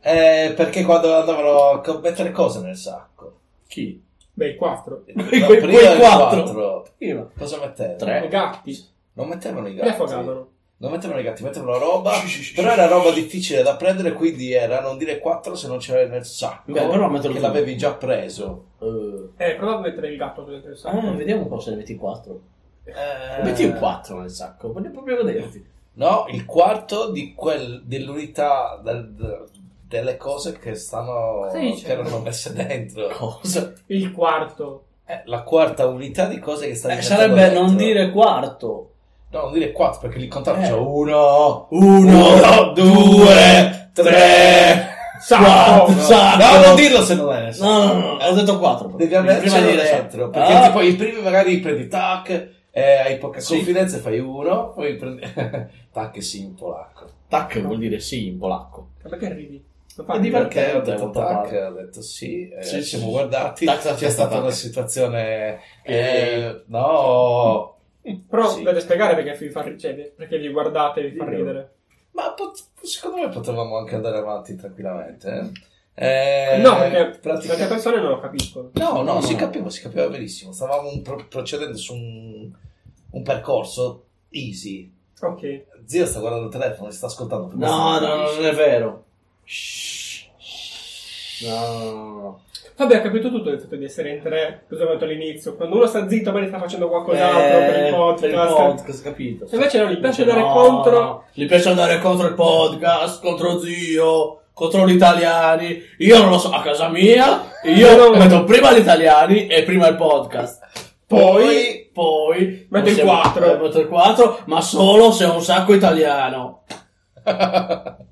S2: Eh, perché quando andavano a co- mettere cose nel sacco?
S3: Chi?
S1: Beh, i quattro.
S3: Quei-
S2: No,
S3: quei
S2: prima il
S3: quattro.
S2: quattro,
S3: Prima.
S2: Cosa mettevano?
S3: Tre.
S1: I gatti.
S2: Non mettevano i
S1: Li
S2: gatti.
S1: affogavano.
S2: Non mettevano i gatti, mettevano roba.
S3: Sì, sì, sì,
S2: Però
S3: sì.
S2: era roba difficile da prendere, quindi era non dire quattro se non c'era nel sacco.
S3: Beh, però mettelo
S2: che
S3: tu.
S2: l'avevi già preso.
S3: Eh,
S1: Eh, prova a mettere il gatto dentro il sacco.
S3: ah, vediamo un po' se ne metti 4.
S2: Eh,
S3: Metti un 4 nel sacco, voglio proprio vederti.
S2: No, il quarto di quel, dell'unità del- de- delle cose che stanno
S1: Cosa
S2: che
S1: dice?
S2: erano messe dentro.
S3: Cosa?
S1: Il quarto.
S2: Eh, la quarta unità di cose che stanno
S3: Eh,
S2: mettendo
S3: sarebbe non
S2: dentro.
S3: dire quarto.
S2: No, non dire quattro perché li contavo.
S3: Eh.
S2: Cioè, uno,
S3: Uno,
S2: due, tre.
S1: Sacco.
S3: Quattro. Sacco.
S2: No, non dirlo se non è nel
S3: No, no,
S2: sacco.
S3: no, ho detto 4.
S2: Devi avercelo dentro. Perché
S3: Ah.
S2: tipo i primi magari prendi tac, eh, hai poca
S3: Sì.
S2: confidenza e fai uno, poi prendi tac e ecco. sì in polacco.
S3: Tac vuol dire sì in polacco.
S1: Ma Perché ridi? Lo fa
S2: E
S1: anche.
S2: di perché
S3: divertente,
S2: ho detto
S3: molto
S2: tac,
S3: bello.
S2: ho detto sì, eh,
S3: Sì,
S2: ci
S3: sì,
S2: siamo
S3: sì.
S2: guardati,
S3: Tac, tac,
S2: c'è
S3: tac,
S2: stata
S3: tac.
S2: una situazione...
S3: Che-
S2: eh, no,
S1: Però
S2: Sì.
S1: dovete spiegare perché vi fa cioè, perché vi guardate e vi fa
S2: Sì.
S1: ridere.
S2: ma pot- secondo me potevamo anche andare avanti tranquillamente. eh. Eh,
S1: no, perché
S2: pratica-
S1: le altre persone non lo capiscono.
S2: No, no,
S3: No,
S2: si
S3: no.
S2: capiva, si capiva benissimo. Stavamo un pro- procedendo su un, un percorso easy.
S1: Ok.
S2: Zio sta guardando il telefono, si sta ascoltando. per
S3: No,
S2: questo
S3: no,
S2: non
S3: non
S2: capisce.
S3: è vero.
S2: Shh.
S3: No, no, no.
S1: Vabbè, ho capito tutto il fatto di essere in tre, cosa ho detto all'inizio. Quando uno sta zitto, magari sta facendo qualcos'altro
S3: Eh,
S1: per il
S3: per il
S1: podcast.
S3: podcast, capito?
S1: Se invece no, gli piace andare
S3: No,
S1: contro.
S3: no. Gli piace andare contro il podcast, contro zio, contro gli italiani. Io non lo so, a casa mia, io
S1: No.
S3: metto prima gli italiani e prima il podcast.
S1: Poi-
S3: poi
S1: Metto il
S3: possiamo-
S1: quattro.
S3: eh, Metto il 4, ma solo se è un sacco italiano.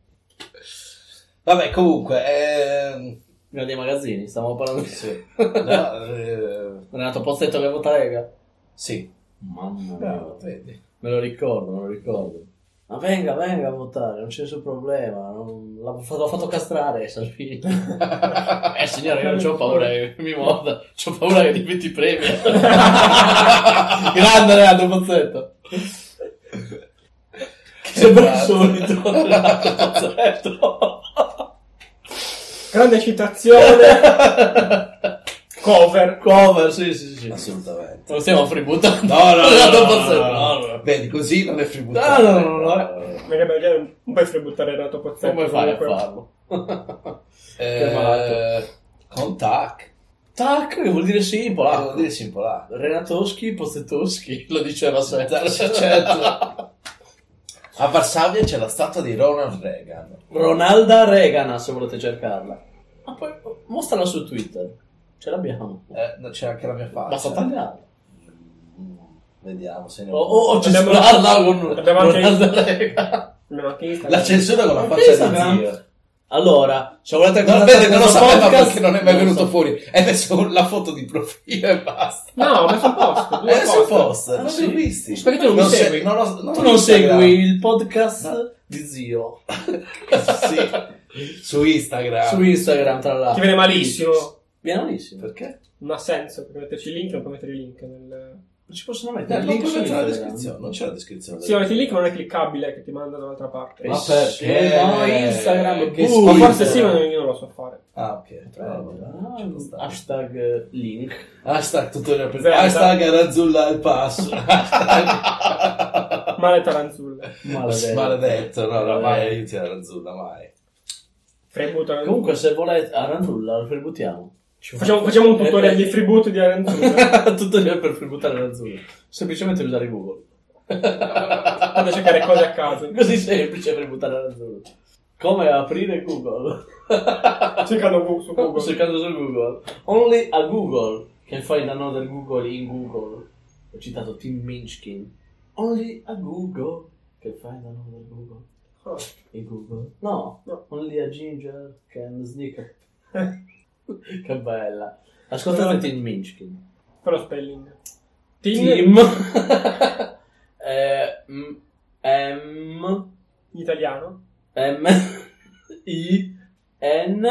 S2: Vabbè, comunque, ehm,
S3: Prima dei magazzini, stiamo parlando di
S2: sì. No, eh,
S3: Renato Pozzetto che vota Lega.
S2: sì.
S3: Mamma
S1: Eh.
S2: Bravo, vedi.
S3: Me lo ricordo, me lo ricordo. Ma venga, venga a votare, non c'è nessun problema. non- L'ho fatto, l'ho fatto castrare, Salvini. eh signore, io non ho paura che mi morda. Ho paura che diventi premio. Grande Renato Pozzetto. Sembra il solito Renato Pozzetto.
S1: Grande citazione. Cover.
S3: Cover, sì, sì, sì.
S2: Assolutamente.
S3: Non stiamo fributtando.
S2: No, no, no,
S3: Renato
S2: no,
S3: Pozzetto,
S2: no,
S3: no, no.
S2: Vedi, così non è
S3: No,
S2: fributtato.
S3: no, no, no, no.
S2: eh.
S1: Mi sembra già un un po' buttare Renato Pozzetto.
S3: Come fai a
S1: comunque.
S3: farlo?
S2: Eh,
S3: Fermato.
S2: con tac.
S3: Tac, che vuol dire sì in
S2: Ah,
S3: polacco.
S2: devo dire simpolà.
S3: Renatoschi, Pozzetoschi, lo diceva Cioè, sempre.
S2: Certo. A Varsavia c'è la statua di Ronald Reagan.
S3: Ronalda Regana, se volete cercarla. Ma poi oh, mostrala su Twitter. Ce l'abbiamo.
S2: Eh, no, c'è anche la mia faccia.
S3: Basta tagliarla.
S2: Mm, Vediamo se ne
S3: O oh, oh,
S1: Abbiamo-
S3: censurarla con
S1: abbiamo anche-
S3: Ronalda Regana.
S1: No, che Instagram.
S2: La censura con la
S3: Ma
S2: faccia
S3: Instagram?
S2: di zio.
S3: Allora, se volete
S2: No,
S3: contattare
S2: vedi, non lo
S3: questo
S2: sapeva
S3: podcast,
S2: perché non è mai
S3: lo
S2: venuto
S3: so.
S2: fuori. È messo la foto di profilo e basta.
S1: No, ho messo a posto. due
S2: è sul
S1: post.
S2: post,
S3: Ah,
S2: non li
S3: sì?
S2: ho visti.
S1: Perché tu non mi
S2: se-
S1: segui?
S2: non lo-
S3: Tu
S2: lo
S3: non
S2: Instagram.
S3: segui il podcast
S2: No.
S3: di zio
S2: sì, su Instagram.
S3: su Instagram, tra l'altro.
S1: Che viene malissimo.
S3: Viene malissimo.
S2: Perché?
S1: Non ha senso, perché metterci il link non puoi mettere il link nel...
S3: Non ci possono
S2: Eh,
S3: mettere
S2: non puoi
S3: su
S2: mettere la
S3: Instagram.
S2: descrizione, non c'è la descrizione.
S1: Sì, ma metti il link ma non è cliccabile, che ti manda da un'altra parte.
S2: Ma
S3: Ma
S2: perché?
S3: perché? No, Instagram,
S2: Che
S1: Ma
S3: buio.
S2: schifo.
S1: forse sì, ma io non lo so fare.
S2: Ah, ok.
S3: Eh, no,
S2: Ci può stare.
S3: hashtag eh, link.
S2: Hashtag tutorial per
S1: Zenta.
S2: Hashtag Razzulla al passo. Hashtag-
S1: Male taranzulle.
S3: Maledetto.
S2: Maledetto, no, no, mai aiuti la Razzulla, mai.
S1: Fremuta.
S3: Comunque, se volete, Aranzulla, lo tributiamo. Ci
S1: Facciamo, facciamo un
S3: Eh,
S1: tutorial di
S3: eh.
S1: freeboot di Aranzulla.
S3: Tutto lì per tributare Aranzulla. Semplicemente usare Google.
S1: Vado a cercare cose a caso.
S3: Così semplice tributare Aranzulla. Come aprire Google?
S1: Cercando Gu- su Google.
S3: Cercando su Google. Only a Google can find another Google in Google. Ho citato Tim Minchkin. Only a Google can find another Google.
S1: Oh.
S3: in Google. No,
S1: No.
S3: only a ginger can sneak up. che bella. Ascoltate Tim Minchkin.
S1: Fa lo spelling. Tim,
S3: Tim. Eh, M. M.
S1: in italiano.
S3: M. I. N.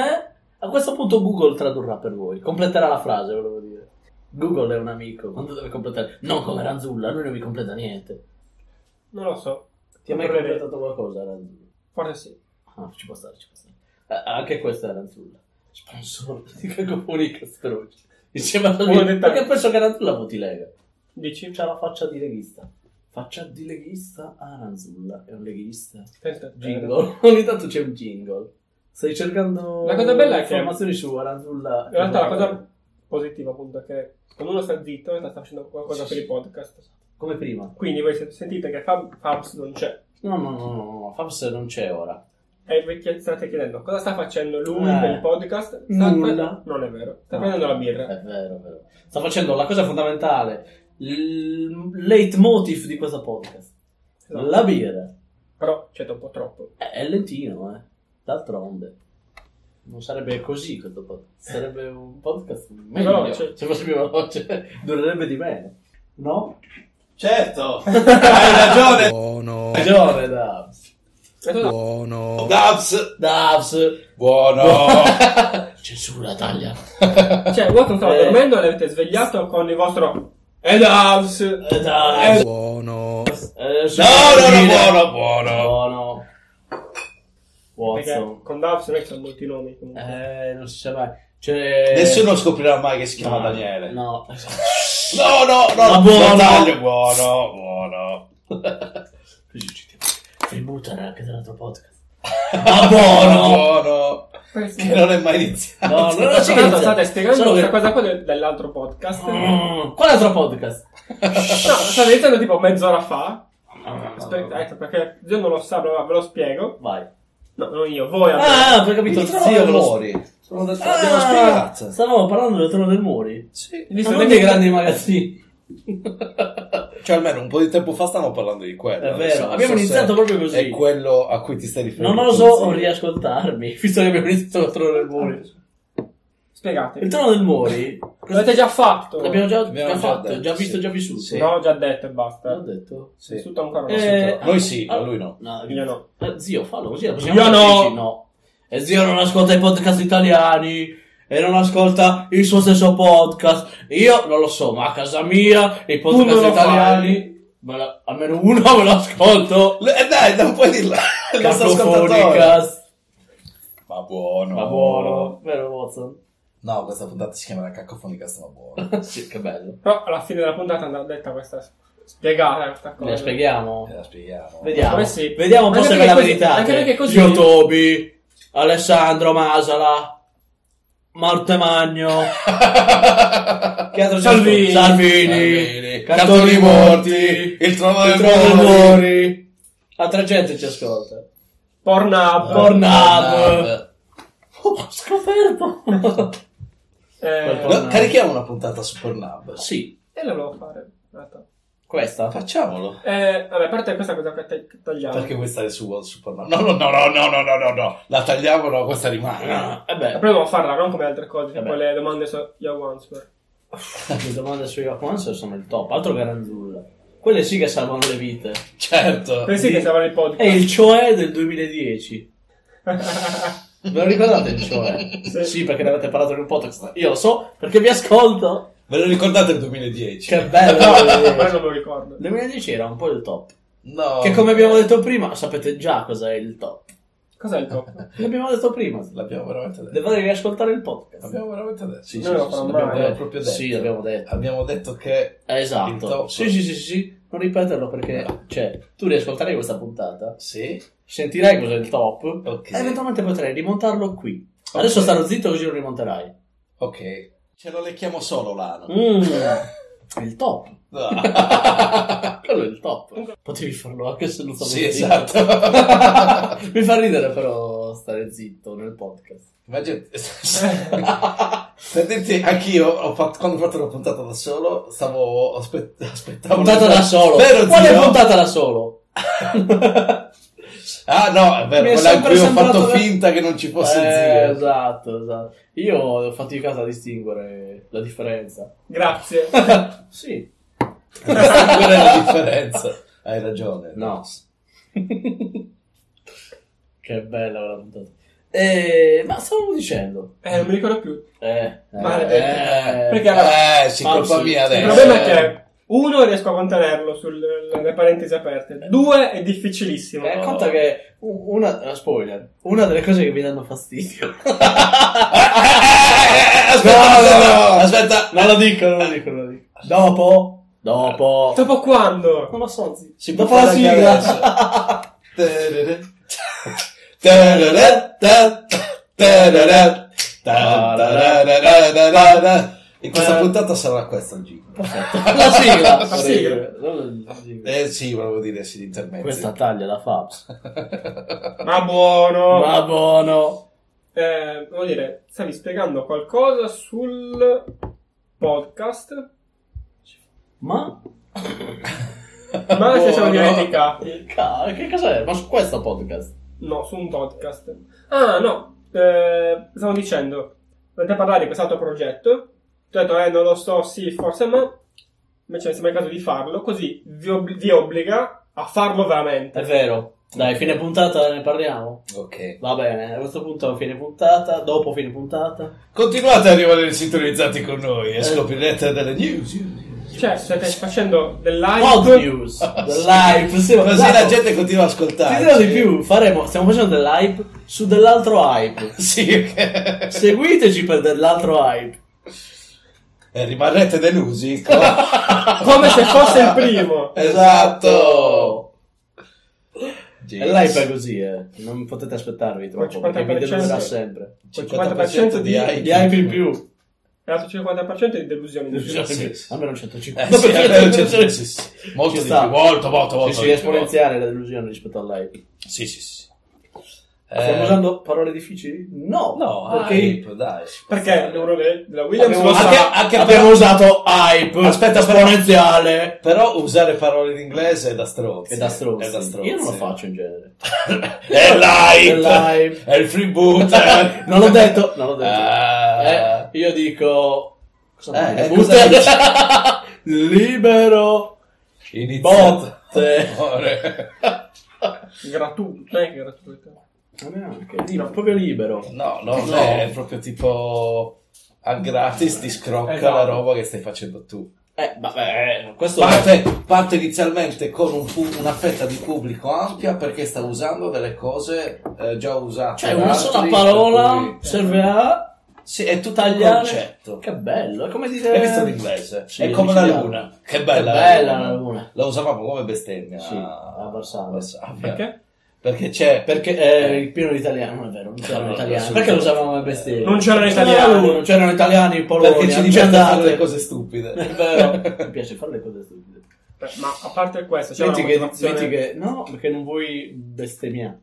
S3: A questo punto Google tradurrà per voi. Completerà la frase, volevo dire. Google è un amico. Quando deve completare... Non come Ranzulla, lui non mi completa niente.
S1: Non lo so.
S3: Ti ha mai
S1: Proverei.
S3: completato qualcosa, Ranzulla?
S1: Forse sì.
S3: Ah, ci può stare, ci può stare. Eh, anche questa è Ranzulla. Sponsor di Cacofonica Strucci. Insieme a
S1: Buon
S3: lui.
S1: dettaglio.
S3: Perché penso che Ranzulla voti Lega.
S1: Dici?
S3: C'ha la faccia di leghista. Faccia di leghista a Ranzulla. È un leghista. Jingle. Ogni tanto c'è un jingle. Stai cercando
S1: La cosa bella è che-
S3: informazioni su Aranzulla.
S1: In realtà la
S3: Esatto.
S1: cosa positiva appunto è che quando uno sta zitto, in realtà sta facendo qualcosa
S3: Sì,
S1: per il
S3: sì.
S1: podcast.
S3: Come prima.
S1: Quindi voi se- sentite che Fab, Fabs non c'è.
S3: No, no, no, no, no. Fabs non c'è ora.
S1: E vi chied- state chiedendo cosa sta facendo lui
S3: Eh.
S1: per il podcast? Sta
S3: Nulla.
S1: pre- Non è vero. Sta
S3: No. Eh.
S1: prendendo la birra.
S3: È vero, è vero. Sta facendo la cosa fondamentale. Il leitmotiv di questo podcast.
S1: Esatto.
S3: La birra.
S1: Però c'è un po' troppo.
S3: Eh, è lentino, eh. D'altronde. Non sarebbe così questo podcast. Sarebbe un podcast meglio.
S1: Veloce.
S3: Se fosse più veloce, durerebbe di meno. No?
S1: Eh.
S2: Certo, hai ragione.
S3: Ragione, da.
S2: Buono. Davs!
S3: Davs!
S2: Buono!
S3: Censura, taglia.
S1: Cioè, Watson stava
S3: Eh.
S1: dormendo e l'avete svegliato con il vostro Ed House.
S3: Eh, dai.
S2: Buono.
S3: Eh, su-
S2: No, no, no, buono, buono.
S3: Buono.
S1: Perché
S3: Watson.
S1: con Doves non è che sono molti nomi comunque.
S3: Eh, non si sa mai. Cioè...
S2: Nessuno scoprirà mai che si chiama
S3: No,
S2: Daniele. No,
S3: No.
S2: no, no,
S3: Ma buono.
S2: Taglio, buono, buono.
S3: Tributano anche dell'altro podcast. Ma buono!
S2: Buono.
S1: Questo-
S2: Che non è mai iniziato.
S3: No, non lo so.
S1: Tanto state spiegando
S3: Solo che-
S1: questa cosa qua del- dell'altro podcast. No,
S3: Mm, Qual è l'altro podcast?
S1: state iniziando tipo mezz'ora fa.
S3: Ah,
S1: Aspetta,
S3: Aspetta.
S1: ecco, perché io non lo sa, ma ve lo spiego.
S3: Vai.
S1: No, non io, voi avete-
S3: Ah, ho capito.
S2: Mi
S3: il
S2: trovavo
S3: zio
S2: a
S3: dello-
S2: Mori. Sono del
S3: Ah,
S2: Abbiamo spiegato.
S3: Stavamo parlando del trono del Mori.
S2: Sì.
S1: Visto
S3: Ma
S1: che-
S3: non dei grandi magazzini.
S2: Cioè, almeno un po' di tempo fa stavamo parlando di quello.
S3: È
S2: Adesso
S3: vero,
S2: non
S3: abbiamo
S2: so
S3: iniziato
S2: se
S3: proprio così.
S2: È quello a cui ti stai riferendo.
S3: Non lo so
S2: sì.
S3: riascoltarmi, visto che abbiamo iniziato il trono del Mori.
S1: Spiegate.
S3: Il trono del Mori
S1: L'avete Ah, già fatto.
S3: l'abbiamo già,
S2: Abbiamo già
S3: già fatto,
S2: detto,
S3: già visto,
S2: sì.
S3: già vissuto.
S2: Sì.
S1: No, già detto e
S3: L'ho
S1: basta.
S3: detto.
S2: Sì.
S1: Vissuto ancora no.
S3: Eh,
S2: Sì, però- Noi sì, ma lui no.
S3: No,
S1: Io no.
S3: Eh, zio, fallo così. la prossima
S1: Io
S3: volta
S1: no.
S3: dici E zio non ascolta i podcast italiani. E non ascolta il suo stesso podcast. Io non lo so, ma a casa mia i
S1: non
S3: podcast
S1: lo
S3: italiani. me la- almeno uno me lo ascolto.
S2: Eh, dai, non puoi dirlo. Il nostro ascoltatore.
S3: Cacofonicast.
S2: Ma buono.
S3: Ma buono. Vero, Watson?
S2: No, questa puntata si chiama la caccofonicast, ma buono.
S3: sì, che bello.
S1: Però alla fine della puntata andrà detta questa spiegata questa cosa.
S3: La spieghiamo.
S2: Te Eh, la spieghiamo.
S3: Vediamo.
S1: Come Eh sì.
S3: Vediamo un po'
S1: Anche
S3: se ve
S1: perché
S3: la
S1: così-
S3: verità.
S1: anche perché così-
S3: Io Tobi, Alessandro Masala, Marte Magno. Chi altro c'è?
S1: Salvini.
S2: Cartoni,
S3: Salvini.
S2: cartoni morti, il trono
S3: Il
S2: del
S3: Trono del
S2: mondo.
S3: Mori. Altra gente ci ascolta.
S2: Ah.
S1: Pornhub.
S3: Pornhub. Oh, scoperto.
S1: Eh,
S3: Pornhub.
S2: No, carichiamo una puntata su Pornhub.
S3: sì,
S1: E la volevo fare. in realtà.
S3: questa.
S2: Facciamolo.
S1: Eh, vabbè, a parte questa cosa che te- tagliamo.
S2: Perché questa è su, su Pornhub. No, no, no, no, no, no, no, no, no. La tagliamo, no, questa rimane.
S3: Ah, eh beh,
S1: Proviamo a farla, non come altre cose, tipo
S3: Vabbè.
S1: le domande su Yahoo Answer.
S3: le domande sui Answer sono il top. Altro che Ranzulla. Quelle sì che salvano le vite.
S2: Certo.
S1: Pensi che sarà il
S3: È
S1: podcast?
S3: il cioè del 2010. Ve lo ricordate il cioè?
S1: Sì.
S3: sì. perché ne avete parlato in un podcast. Io lo so perché vi ascolto.
S2: Ve lo ricordate il 2010?
S3: Che bello.
S1: Ora non me lo ricordo.
S3: Il 2010 era un po' il top.
S2: No.
S3: Che come abbiamo detto prima, sapete già cos'è il top.
S1: Cos'è il top?
S3: L'abbiamo detto prima.
S2: L'abbiamo veramente detto.
S3: Dovete riascoltare il podcast.
S2: Abbiamo veramente detto. Sì,
S1: Noi
S2: sì,
S1: lo
S2: sì,
S1: faremo
S2: l'abbiamo
S1: mai.
S2: l'abbiamo proprio detto.
S3: Sì, l'abbiamo detto.
S2: Abbiamo detto che...
S3: Eh,
S2: Il top.
S3: Esatto. Sì, sì, sì, sì, sì. Non ripeterlo perché, cioè, tu riascolterai questa puntata,
S2: Sì.
S3: sentirai cos'è il top,
S2: Ok.
S3: e eventualmente potrai rimontarlo qui. Adesso
S2: Ok.
S3: starò zitto così lo rimonterai.
S2: Ok. Ce lo lecchiamo solo Ah. l'ano.
S3: Mm, il top.
S2: No.
S3: Quello è il top. Potevi farlo anche se non stavo
S2: sì,
S3: zitto.
S2: esatto.
S3: Mi fa ridere però stare zitto nel podcast.
S2: Immagino- per dirti, anch'io ho fatto- quando ho fatto la puntata da solo, stavo aspe- aspettavo.
S3: puntata
S2: la-
S3: da solo.
S2: Vero,
S3: Quale
S2: zio?
S3: puntata da solo?
S2: Ah, no, è vero,
S3: Mi è
S2: quella in
S3: sempre
S2: cui ho
S3: sembrato
S2: fatto
S3: che-
S2: finta che non ci fosse
S3: Eh,
S2: zio.
S3: esatto, esatto. Io ho faticato a distinguere la differenza.
S1: Grazie.
S3: Sì. esatto.
S2: Quella è la differenza. Hai ragione.
S3: No. che bella quella puntata. Eh, ma stavo dicendo.
S1: Eh, non mi ricordo più.
S3: Eh,
S1: Maledetto.
S3: eh,
S1: Perché
S2: Eh, sì, colpa
S3: Falso.
S2: mia
S1: Il
S2: adesso.
S1: problema è che uno riesco a contenerlo sulle parentesi aperte, due è difficilissimo.
S3: Eh, conta che u- una, eh, spoiler, una delle cose che mi danno fastidio.
S2: Eh, Aspetta,
S3: No, no, no.
S2: aspetta.
S3: Non lo dico, non lo dico, non lo dico. Dopo, dopo.
S1: Dopo quando?
S3: Non lo so, zio.
S2: Si
S3: dopo
S2: può
S3: la
S2: fare anche
S3: sigla.
S2: Terere. Terere, ta, terere, ta, tararararara. In questa
S3: Eh.
S2: puntata sarà questa il jingle.
S3: la sigla.
S1: La sigla.
S3: Non la sigla.
S2: Eh sì, volevo dire sì, l'intermezzo.
S3: Questa taglia la Fabs.
S1: Ma buono!
S3: Ma buono.
S1: Eh, volevo dire, stavi spiegando qualcosa sul podcast,
S3: Ma
S1: ma ci
S2: Buono.
S1: siamo dimenticati.
S3: Ca- che cos'è? Ma su questo podcast?
S1: No, su un podcast. Ah, no, eh, stavo dicendo, dovete parlare di quest'altro progetto. Ti ho detto, eh, non lo so, sì, forse, ma invece mi sembra il caso di farlo, così vi, ob- vi obbliga a farlo veramente.
S3: È vero. Dai, fine puntata ne parliamo.
S2: Ok.
S3: Va bene, a questo punto fine puntata, dopo fine puntata.
S2: Continuate a rimanere sintonizzati con noi e scoprirete delle news.
S1: Cioè, state facendo del live.
S3: Pod news, del live, sì,
S2: Così
S3: esatto.
S2: la gente continua a
S3: Ti
S2: ascoltare.
S3: dirò di più, faremo, stiamo facendo dell'hype su dell'altro hype.
S2: Sì, ok.
S3: Seguiteci per dell'altro hype.
S2: E Eh, rimarrete delusi. co-
S1: Come se fosse il primo.
S2: esatto.
S3: E l'hype è così, eh. Non potete aspettarvi troppo, perché vi
S1: 50%.
S3: deluderà sempre.
S1: Quel 50% di-
S2: hype.
S3: Gli hype in più.
S1: E l'altro 50% di delusione.
S2: Sì, sì.
S3: Almeno
S2: Eh, certo.
S3: 150.
S2: sì, almeno c'è- sì, sì, sì. Molto
S3: Ci
S2: di
S3: sta.
S2: più, molto, molto, molto.
S3: Sì, sì,
S2: di
S3: è
S2: più.
S3: esponenziale la delusione rispetto all'hype.
S2: Sì, sì, sì.
S3: Stiamo
S2: Eh,
S3: usando parole difficili? Ehm, No,
S2: No,
S3: perché
S2: hype, dai. si può
S1: Perché
S2: fare.
S1: l'euro della Williams
S2: Abbiamo-
S1: lo sa.
S2: anche- anche
S3: abbiamo
S2: per-
S3: usato hype.
S2: Aspetta, però-
S3: esponenziale.
S2: Però usare parole in inglese è da stronzi.
S3: È da stronzi.
S2: È da stronzi.
S3: Io non lo faccio in genere.
S2: È
S3: È
S2: l'hype.
S3: l'hype.
S2: È il Eh, free boot.
S3: non l'ho detto, non l'ho detto.
S2: Ah.
S3: Cioè, Eh, io dico cosa
S2: Eh,
S3: eh,
S2: cosa dici?
S3: libero
S2: Iniziato.
S3: Botte.
S2: Amore.
S1: Gratuito. Non è che è gratuito.
S3: libero, proprio libero.
S2: No, no,
S3: No.
S2: è proprio tipo a gratis ti scrocca
S1: Esatto.
S2: la roba che stai facendo tu.
S3: Eh, vabbè, questo
S2: Parte, parte inizialmente con un pu- una fetta di pubblico ampia perché sta usando delle cose eh, già usate.
S3: cioè
S2: da
S3: una
S2: altri,
S3: sola
S2: per
S3: parola
S2: cui-
S3: serve a
S2: Sì, è tutto il
S3: tagliare.
S2: concetto.
S3: Che bello, è come dire
S2: Hai visto l'inglese?
S3: Sì,
S2: è come la
S3: siciliano.
S2: luna. Che
S3: Che
S2: bella,
S3: bella la luna.
S2: La usavamo come bestemmia
S3: Sì, a Varsavia.
S1: Perché?
S2: Perché c'è
S3: Perché è il pieno di italiani, non è vero, non c'erano
S2: Eh. No,
S3: italiani.
S2: assolutamente.
S3: Perché lo usavamo come bestemmia?
S1: Non c'erano
S3: Non c'era
S1: italiani.
S3: uno, Non c'erano italiani in Polonia.
S2: perché ci
S3: non ci
S2: diverte a fare
S3: andate.
S2: le cose stupide.
S3: È vero. Mi piace fare le cose stupide.
S1: Beh, ma a parte questo, c'è
S3: Metti
S1: una
S3: che,
S1: motivazione-
S3: metti che- no, perché non vuoi bestemmiare.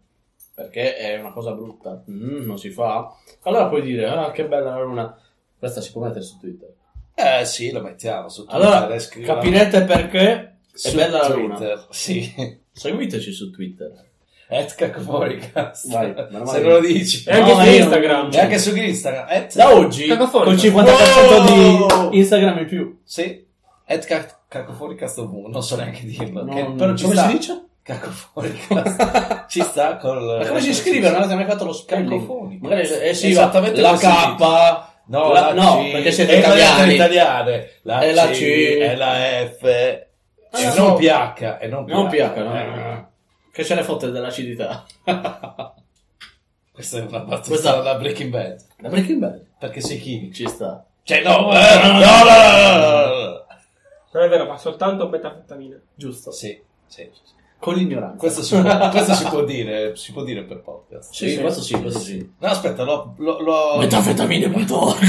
S3: Perché è una cosa brutta. Mm, non si fa. Allora puoi dire, ah, che bella la luna. Questa si può mettere su Twitter.
S1: Cioè,
S2: Eh sì, lo mettiamo su Twitter.
S3: Allora,
S2: eh, scriviamo
S3: capirete perché è
S2: su
S3: bella la luna.
S2: Twitter. Sì.
S3: Seguiteci su Twitter.
S2: At Cacoforicast.
S3: Vai, meno male.
S2: Se non lo dici.
S1: E anche
S3: No,
S1: su
S3: io-
S1: Instagram.
S2: E anche su Instagram. At...
S3: Da oggi,
S1: Cacofonica.
S3: con 50%
S2: Wow!
S3: di Instagram in più.
S2: Sì. At Cac- Cacoforicast ovunque. Non so neanche dirlo.
S3: No,
S2: che-
S3: no.
S2: Però ci
S3: Come
S2: sta.
S3: si dice?
S2: Cacoforicast. ci sta col...
S3: Ma come si scrive? Non avete mai fatto lo spelling?
S2: Cacofonico.
S3: Magari eh, sì,
S2: Esattamente
S3: la
S2: così.
S3: K.
S2: No, la,
S3: La- no,
S2: C,
S3: perché siete
S2: e la
S3: italiani.
S2: lettera italiane. La
S3: E
S2: C,
S3: la C.
S2: e la F, e
S3: Ah,
S2: non
S3: no.
S2: PH, e non PH.
S3: Non PH, no, no,
S2: Eh,
S3: no. Che ce ne fotte dell'acidità. La
S2: Questa è una battuta
S3: Questa-
S2: da Breaking Bad.
S3: Breaking Bad
S2: Perché sei chimici.
S3: ci sta.
S2: Cioè, no, eh, no, no, no, no, no, no,
S1: Non è vero, fa soltanto metafetamina.
S3: Giusto.
S2: no. Sì, sì.
S3: Con l'ignoranza.
S2: Questo si, può, questo si può dire, si può dire per podcast.
S3: Sì,
S1: sì.
S3: questo sì, questo sì.
S2: No, aspetta, lo... lo, lo...
S3: Metafetamine, madonna.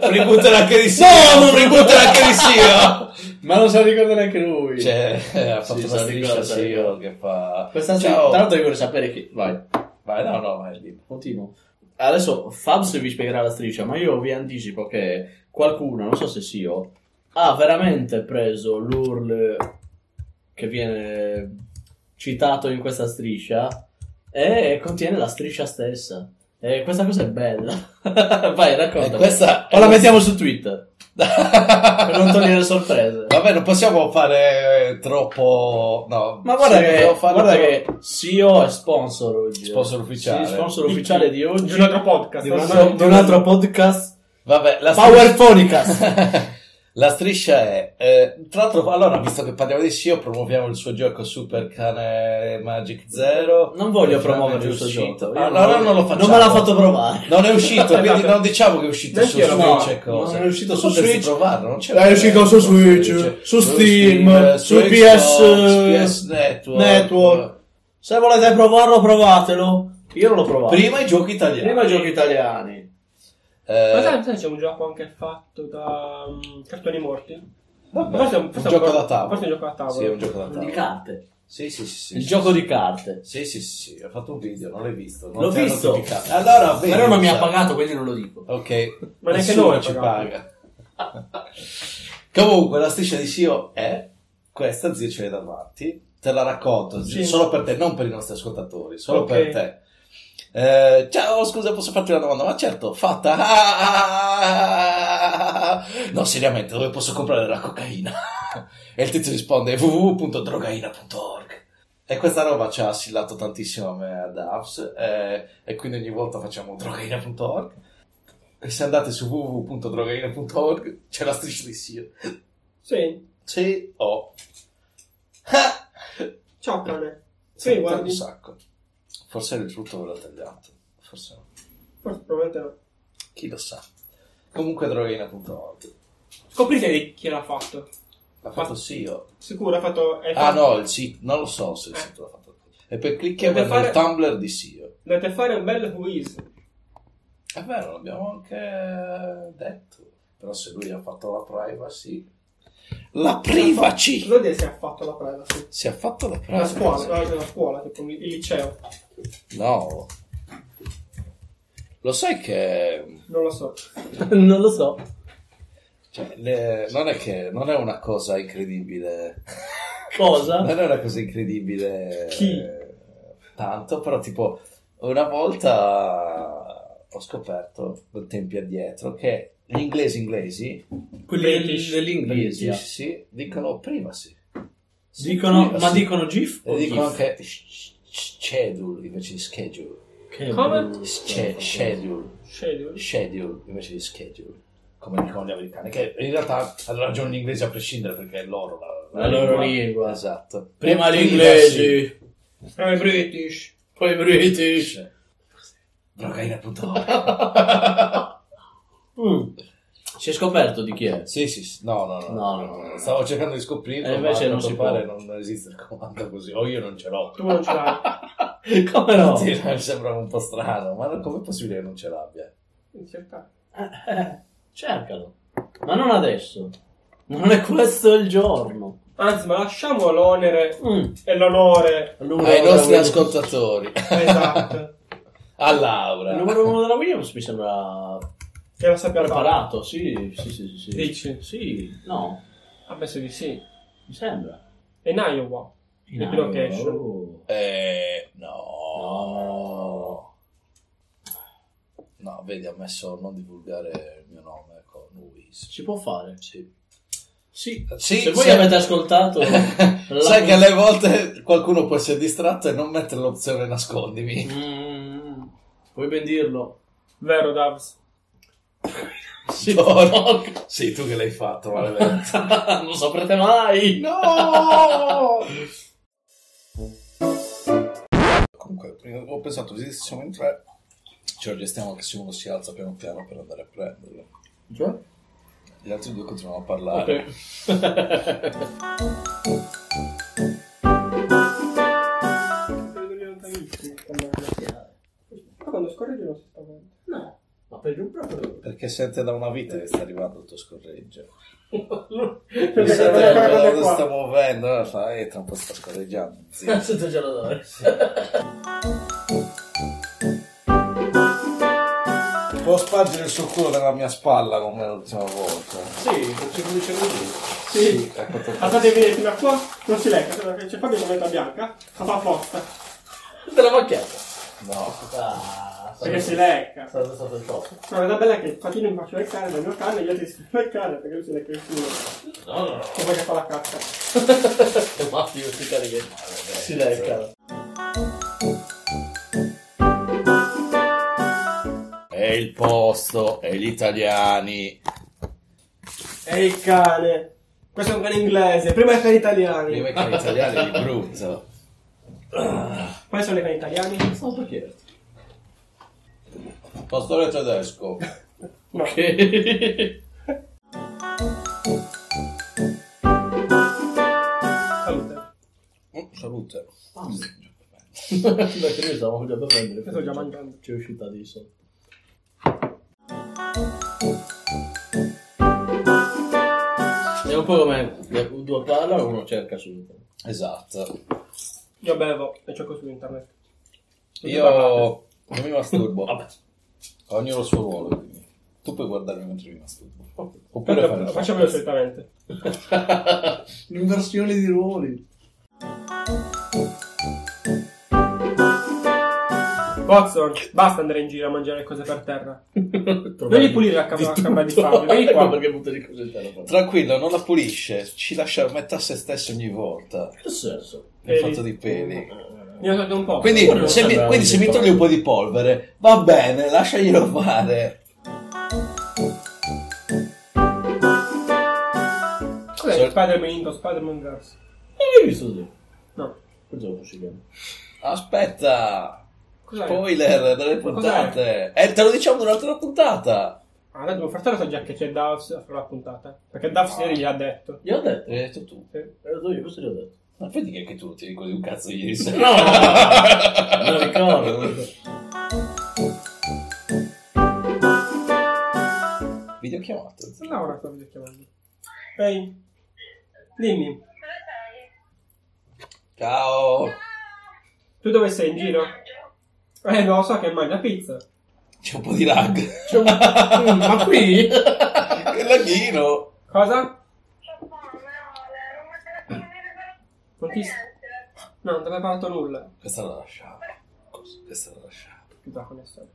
S2: Freebuttala anche di sì.
S3: No, non-
S2: freebuttala anche di sì, no?
S3: Ma non se lo ricorda neanche lui.
S2: Cioè, ha fatto
S3: Sì,
S2: una
S3: sta
S2: striscia
S3: ricordo, sta
S2: sì,
S3: ricordo.
S2: oh, che fa...
S3: Questa
S2: Ciao.
S3: Tra l'altro io vorrei sapere chi... Vai,
S2: Vai, no, no, vai lì.
S3: continuo. Adesso Fabs vi spiegherà la striscia, ma io vi anticipo che qualcuno, non so se sì io, ha veramente preso l'URL che viene citato in questa striscia e contiene la striscia stessa. E questa cosa è bella. Vai,
S2: E
S3: racconta.
S2: questa...
S3: O la mettiamo su Twitter per non
S2: Vabbè,
S3: togliere sorprese.
S2: non possiamo fare eh, troppo. No,
S3: Ma guarda
S2: sì,
S3: che,
S2: dobbiamo fare
S3: guarda
S2: tro-
S3: che CEO è sponsor oggi.
S2: Sponsor ufficiale.
S3: Sì, sponsor ufficiale di oggi.
S1: Di un altro podcast.
S3: Di un
S1: non
S3: altro-
S1: è-
S3: di un altro podcast.
S2: Vabbè, la
S3: Power
S2: striscia-
S3: Podcast.
S2: la striscia è. eh, tra l'altro, allora, visto che parliamo di Sio, promuoviamo il suo gioco Super Cane Magic Zero.
S3: Non voglio
S2: Che
S3: promuovere il
S2: finalmente
S3: suo
S2: è
S3: gioco.
S2: uscito.
S3: Io
S2: Ah, no, no,
S3: voglio-
S2: non lo facciamo.
S3: Non me l'ha fatto provare.
S2: Non è uscito, quindi non diciamo che è uscito su
S1: Neanche io lo
S2: Switch e
S3: provo.
S2: cose.
S3: Non è uscito su
S2: Potresti
S3: Switch.
S2: provarlo, non c'è
S3: È uscito su Switch, su Steam,
S2: eh,
S3: su PS,
S2: PS Network.
S3: Network. Se volete provarlo, provatelo. Io non l'ho provato.
S2: Prima i giochi italiani.
S3: Prima giochi italiani.
S2: Eh,
S1: Ma sai, sai c'è un gioco anche fatto da mm, cartoni morti?
S2: vabbè,
S1: Forse è
S2: un
S1: forse è
S2: gioco
S1: po-
S2: da tavola.
S1: Forse è un gioco da tavola.
S2: Sì, è un gioco da
S3: Di
S2: tavola.
S3: carte.
S2: Sì, sì, sì, sì.
S3: Il gioco di carte.
S2: Sì, sì, sì, sì, ho fatto un video, non l'hai visto. non
S3: L'ho
S2: ti hanno
S3: visto.
S2: notificato. Allora, vedi,
S3: Però non mi ha
S2: sai.
S3: pagato, quindi non lo dico.
S2: Ok.
S1: Ma neanche
S2: Nessuno
S1: noi
S2: ci
S1: pagano.
S2: paga. Comunque, la striscia di Sio è questa, zio ce l'hai davanti. Te la racconto, zio,
S1: Sì.
S2: solo per te, non per i nostri ascoltatori, solo
S1: Ok.
S2: per te. Eh, ciao, scusa, posso farti una domanda? Ma certo, fatta. No, seriamente, dove posso comprare la cocaina? E il tizio risponde www.drogaina.org. E questa roba ci ha assillato tantissimo a me ad Apps eh, e quindi ogni volta facciamo drogaina.org e se andate su www.drogaina.org c'è la striscia di oh. Sir.
S1: Sì,
S2: C-O.
S1: ciao cane.
S2: Sì,
S1: Sì, guardi.
S2: un sacco. Forse il frutto ve l'ho tagliato. Forse no.
S1: Forse probabilmente no.
S2: Chi lo sa. Comunque drogaina.org.
S1: Scoprite di chi l'ha fatto.
S2: L'ha fatto sì io.
S1: Sicuro ha fatto... è
S2: Ah
S1: fatto-
S2: no, il sito. Non lo so se il sito l'ha fatto. E per clicchiamo
S1: Deve
S2: nel
S1: fare-
S2: Tumblr di Sio.
S1: Dovete fare un bel quiz.
S2: È vero, l'abbiamo anche detto. Però se lui ha fatto la privacy... La
S1: Cosa
S2: privacy!
S1: vuol dire se ha fatto la privacy?
S2: Si è fatto la
S1: La
S2: privacy.
S1: scuola, la, la scuola, tipo il liceo.
S2: No. Lo sai che...
S1: Non lo so.
S3: non lo so.
S2: cioè, le- non è che... Non è una cosa incredibile.
S3: Cosa?
S2: Non è una cosa incredibile.
S1: Chi?
S2: eh, Tanto, però tipo una volta ho scoperto con tempi addietro che gli inglesi inglesi
S1: British.
S3: dell'inglese.
S2: British, sì, dicono privacy.
S3: Dicono,
S2: Privacy.
S3: ma dicono GIF?
S2: E
S3: o
S2: dicono
S3: GIF?
S2: anche sh- sh- schedule invece di schedule.
S3: Che
S1: Come?
S3: brutto.
S2: Sche- schedule.
S1: Schedule.
S2: Schedule invece di schedule. Come dicono gli americani. Che in realtà hanno ragione gli inglesi a prescindere perché è loro la,
S3: La loro
S2: lingua.
S3: lingua.
S2: Esatto.
S3: Prima
S2: Privacy.
S3: gli inglesi,
S1: Tra i British.
S3: poi i british.
S2: Drogaina.org
S3: Mm. Si è scoperto di chi è?
S2: Sì, sì, sì. No, no, no,
S3: No, no, no, no.
S2: Stavo cercando di scoprirlo,
S3: E invece
S2: ma a
S3: non si
S2: quanto pare
S3: può.
S2: non non esiste il comando così. O io non ce l'ho.
S1: Tu non ce l'hai.
S3: Come no?
S2: Sì, mi sembrava un po' strano, ma com'è possibile che non ce l'abbia?
S1: Cercate.
S3: Eh, eh, Cercalo. Ma non adesso. Non è questo il giorno.
S1: Anzi, ma lasciamo l'onere
S3: Mm.
S1: e l'onore.
S3: L'umore
S2: Ai
S3: della
S2: nostri
S3: Williams.
S2: ascoltatori,
S1: Esatto.
S2: a Laura.
S3: Il numero uno della Williams mi sembra
S1: Che la sappiamo fare.
S3: preparato, sì, sì, sì, sì. sì.
S1: Dici?
S3: Sì, no,
S1: Ha messo di sì.
S3: mi sembra.
S1: E in Iowa.
S3: In
S1: Di Blocation.
S3: Iowa, oh.
S2: Eh, no. No, vedi, ha messo non divulgare il mio nome con Luis.
S3: Si può fare.
S2: Sì.
S3: Sì.
S2: Sì,
S3: Se voi
S2: sì.
S3: avete ascoltato... la-
S2: Sai che alle volte qualcuno può essere distratto e non mettere l'opzione nascondimi.
S3: Mm, puoi ben dirlo.
S1: Vero, Davs?
S3: Sì,
S2: No. Sì, tu che l'hai fatto, maledetto.
S3: non saprete mai.
S1: Oh!
S2: No! Comunque, prima- ho pensato, visto che siamo in tre, ce la gestiamo che se uno si alza piano piano per andare a prenderlo.
S3: Cioè?
S2: Gli altri due continuano a parlare.
S3: Ok.
S1: Ma quando scorreggi non si spaventa.
S3: no, ma per un proprio...
S2: Perché sente da una vita che sta arrivando il tuo scorreggio.
S1: Perché
S2: Sente
S1: guarda
S2: da
S1: qua.
S2: dove sta muovendo, allora fa, eh, tra un po' sta scorreggiando. zio."
S3: Sotto gelatore.
S2: Può spargere il suo culo dalla mia spalla come l'ultima volta.
S3: Sì, non ci dice così.
S1: Sì. ecco,
S2: A quanto pare.
S1: Passate bene fino a qua, non si lecca, perché c'è Fabio con la vetta bianca, la fa apposta,
S3: Della macchietta.
S2: No.
S3: Ah,
S1: perché si lecca.
S3: Sarebbe stato il top.
S1: Ma la cosa bella è che il patino mi faccio leccare dal mio cane e gli altri si fanno leccare perché lui si lecca il culo.
S3: No, no, no.
S1: Come che fa la cacca.
S3: Matti, io ti carico. Si lecca.
S2: È il posto, è gli italiani.
S1: E il cane. Questo è un cane inglese, prima i cani italiani.
S2: Prima che gli italiani di brutto.
S1: Quali sono i cani italiani?
S3: Sono chiederti.
S2: Pastore tedesco.
S1: No.
S3: Ok.
S2: Mm,
S1: Salute.
S2: Salute.
S3: Perché noi stavamo già per prendere.
S1: Io sto già mangiando.
S3: C'è uscita di sotto. È un po' come due parla uno cerca subito.
S2: Esatto.
S1: Io bevo e cerco su internet. Non
S2: Io
S1: parlate.
S2: non mi masturbo.
S3: Cioè, Vabbè.
S2: Ognuno il suo ruolo. quindi. Tu puoi guardarmi mentre mi masturbo. Oppure fare
S1: Tanto
S2: il
S1: Facciamolo
S2: podcast.
S1: solitamente.
S3: L'inversione di ruoli.
S1: Watson, basta andare in giro a mangiare cose per terra. Vieni pulire la cam- camera di Fabio, vieni qua.
S3: Ecco perché butta di cose in terra. poi.
S2: Tranquillo, non la pulisce, ci lascia a metà se stesso ogni volta.
S3: Che senso?
S2: È
S1: Peli.
S2: fatto di peli.
S1: Io so un po'.
S2: Quindi,
S3: Quello
S2: se
S3: non
S2: mi,
S3: sembrava
S2: quindi
S3: un
S2: se mi
S3: tipo.
S2: togli un po' di polvere, va bene, lasciaglielo fare.
S1: Cos'è
S2: Sol-
S1: Spider-Man Into, Spider-Man Verse?
S3: Non l'hai visto tu?
S1: No.
S3: Pensavo fosse chiaro.
S2: Aspetta,
S1: Cos'è?
S2: spoiler delle puntate. Eh, te lo diciamo in un'altra puntata.
S1: Ah, allora devo far lo so già che c'è Davs a fare la puntata. Perché Davs ieri gli ha detto.
S3: Gliel'ho detto.
S2: L'hai detto tu.
S3: Ero io, questo gliel'ho detto.
S2: Ma vedi che anche tu ti ricordi un cazzo ieri sera.
S3: Non lo ricordo. non lo ricordo.
S2: Videochiamata.
S1: Laura sta videochiamando. Ehi. Dimmi,
S2: Ciao.
S1: tu dove sei in giro? Eh, lo so che mangi la pizza. Cioè,
S2: C'è un po' di lag.
S3: C'è un- Ma qui?
S2: Che laghino.
S1: Cosa? Non ti... No, non ti ho preparato nulla.
S2: Questa la lasciamo. Così, Questa la lasciamo.
S1: Più da connessione.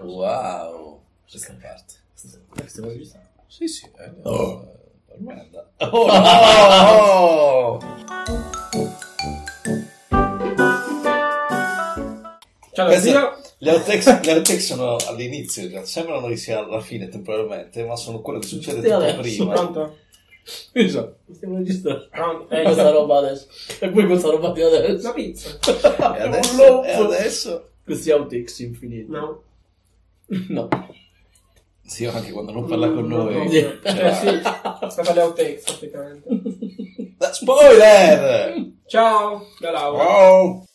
S2: Wow. Questa parte.
S3: Questa è la
S2: Sì, sì. eh,
S3: Oh.
S2: eh, ormai è andata. Oh, no.
S1: Ciao,
S2: Questa-
S1: Cioè, zio.
S2: Le outtakes, le outtakes sono all'inizio, già. sembrano che sia alla fine temporalmente, ma sono quello che succede
S3: Sì,
S2: tutto
S3: adesso.
S2: prima.
S1: Pronto?
S3: Scusa, stiamo registrando.
S1: Pronto? Eh,
S3: Questa roba adesso. E poi questa roba di adesso.
S1: la pizza.
S2: E
S3: È un
S2: adesso,
S3: loop.
S2: e adesso?
S3: Questi outtakes infiniti.
S1: No.
S3: No.
S2: Sì, anche quando non parla con
S1: No, no,
S2: noi.
S1: no. Cioè,
S2: Cioè,
S1: sì. Aspetta, le outtakes, praticamente.
S2: Spoiler!
S1: Ciao, da Laura.
S2: Oh!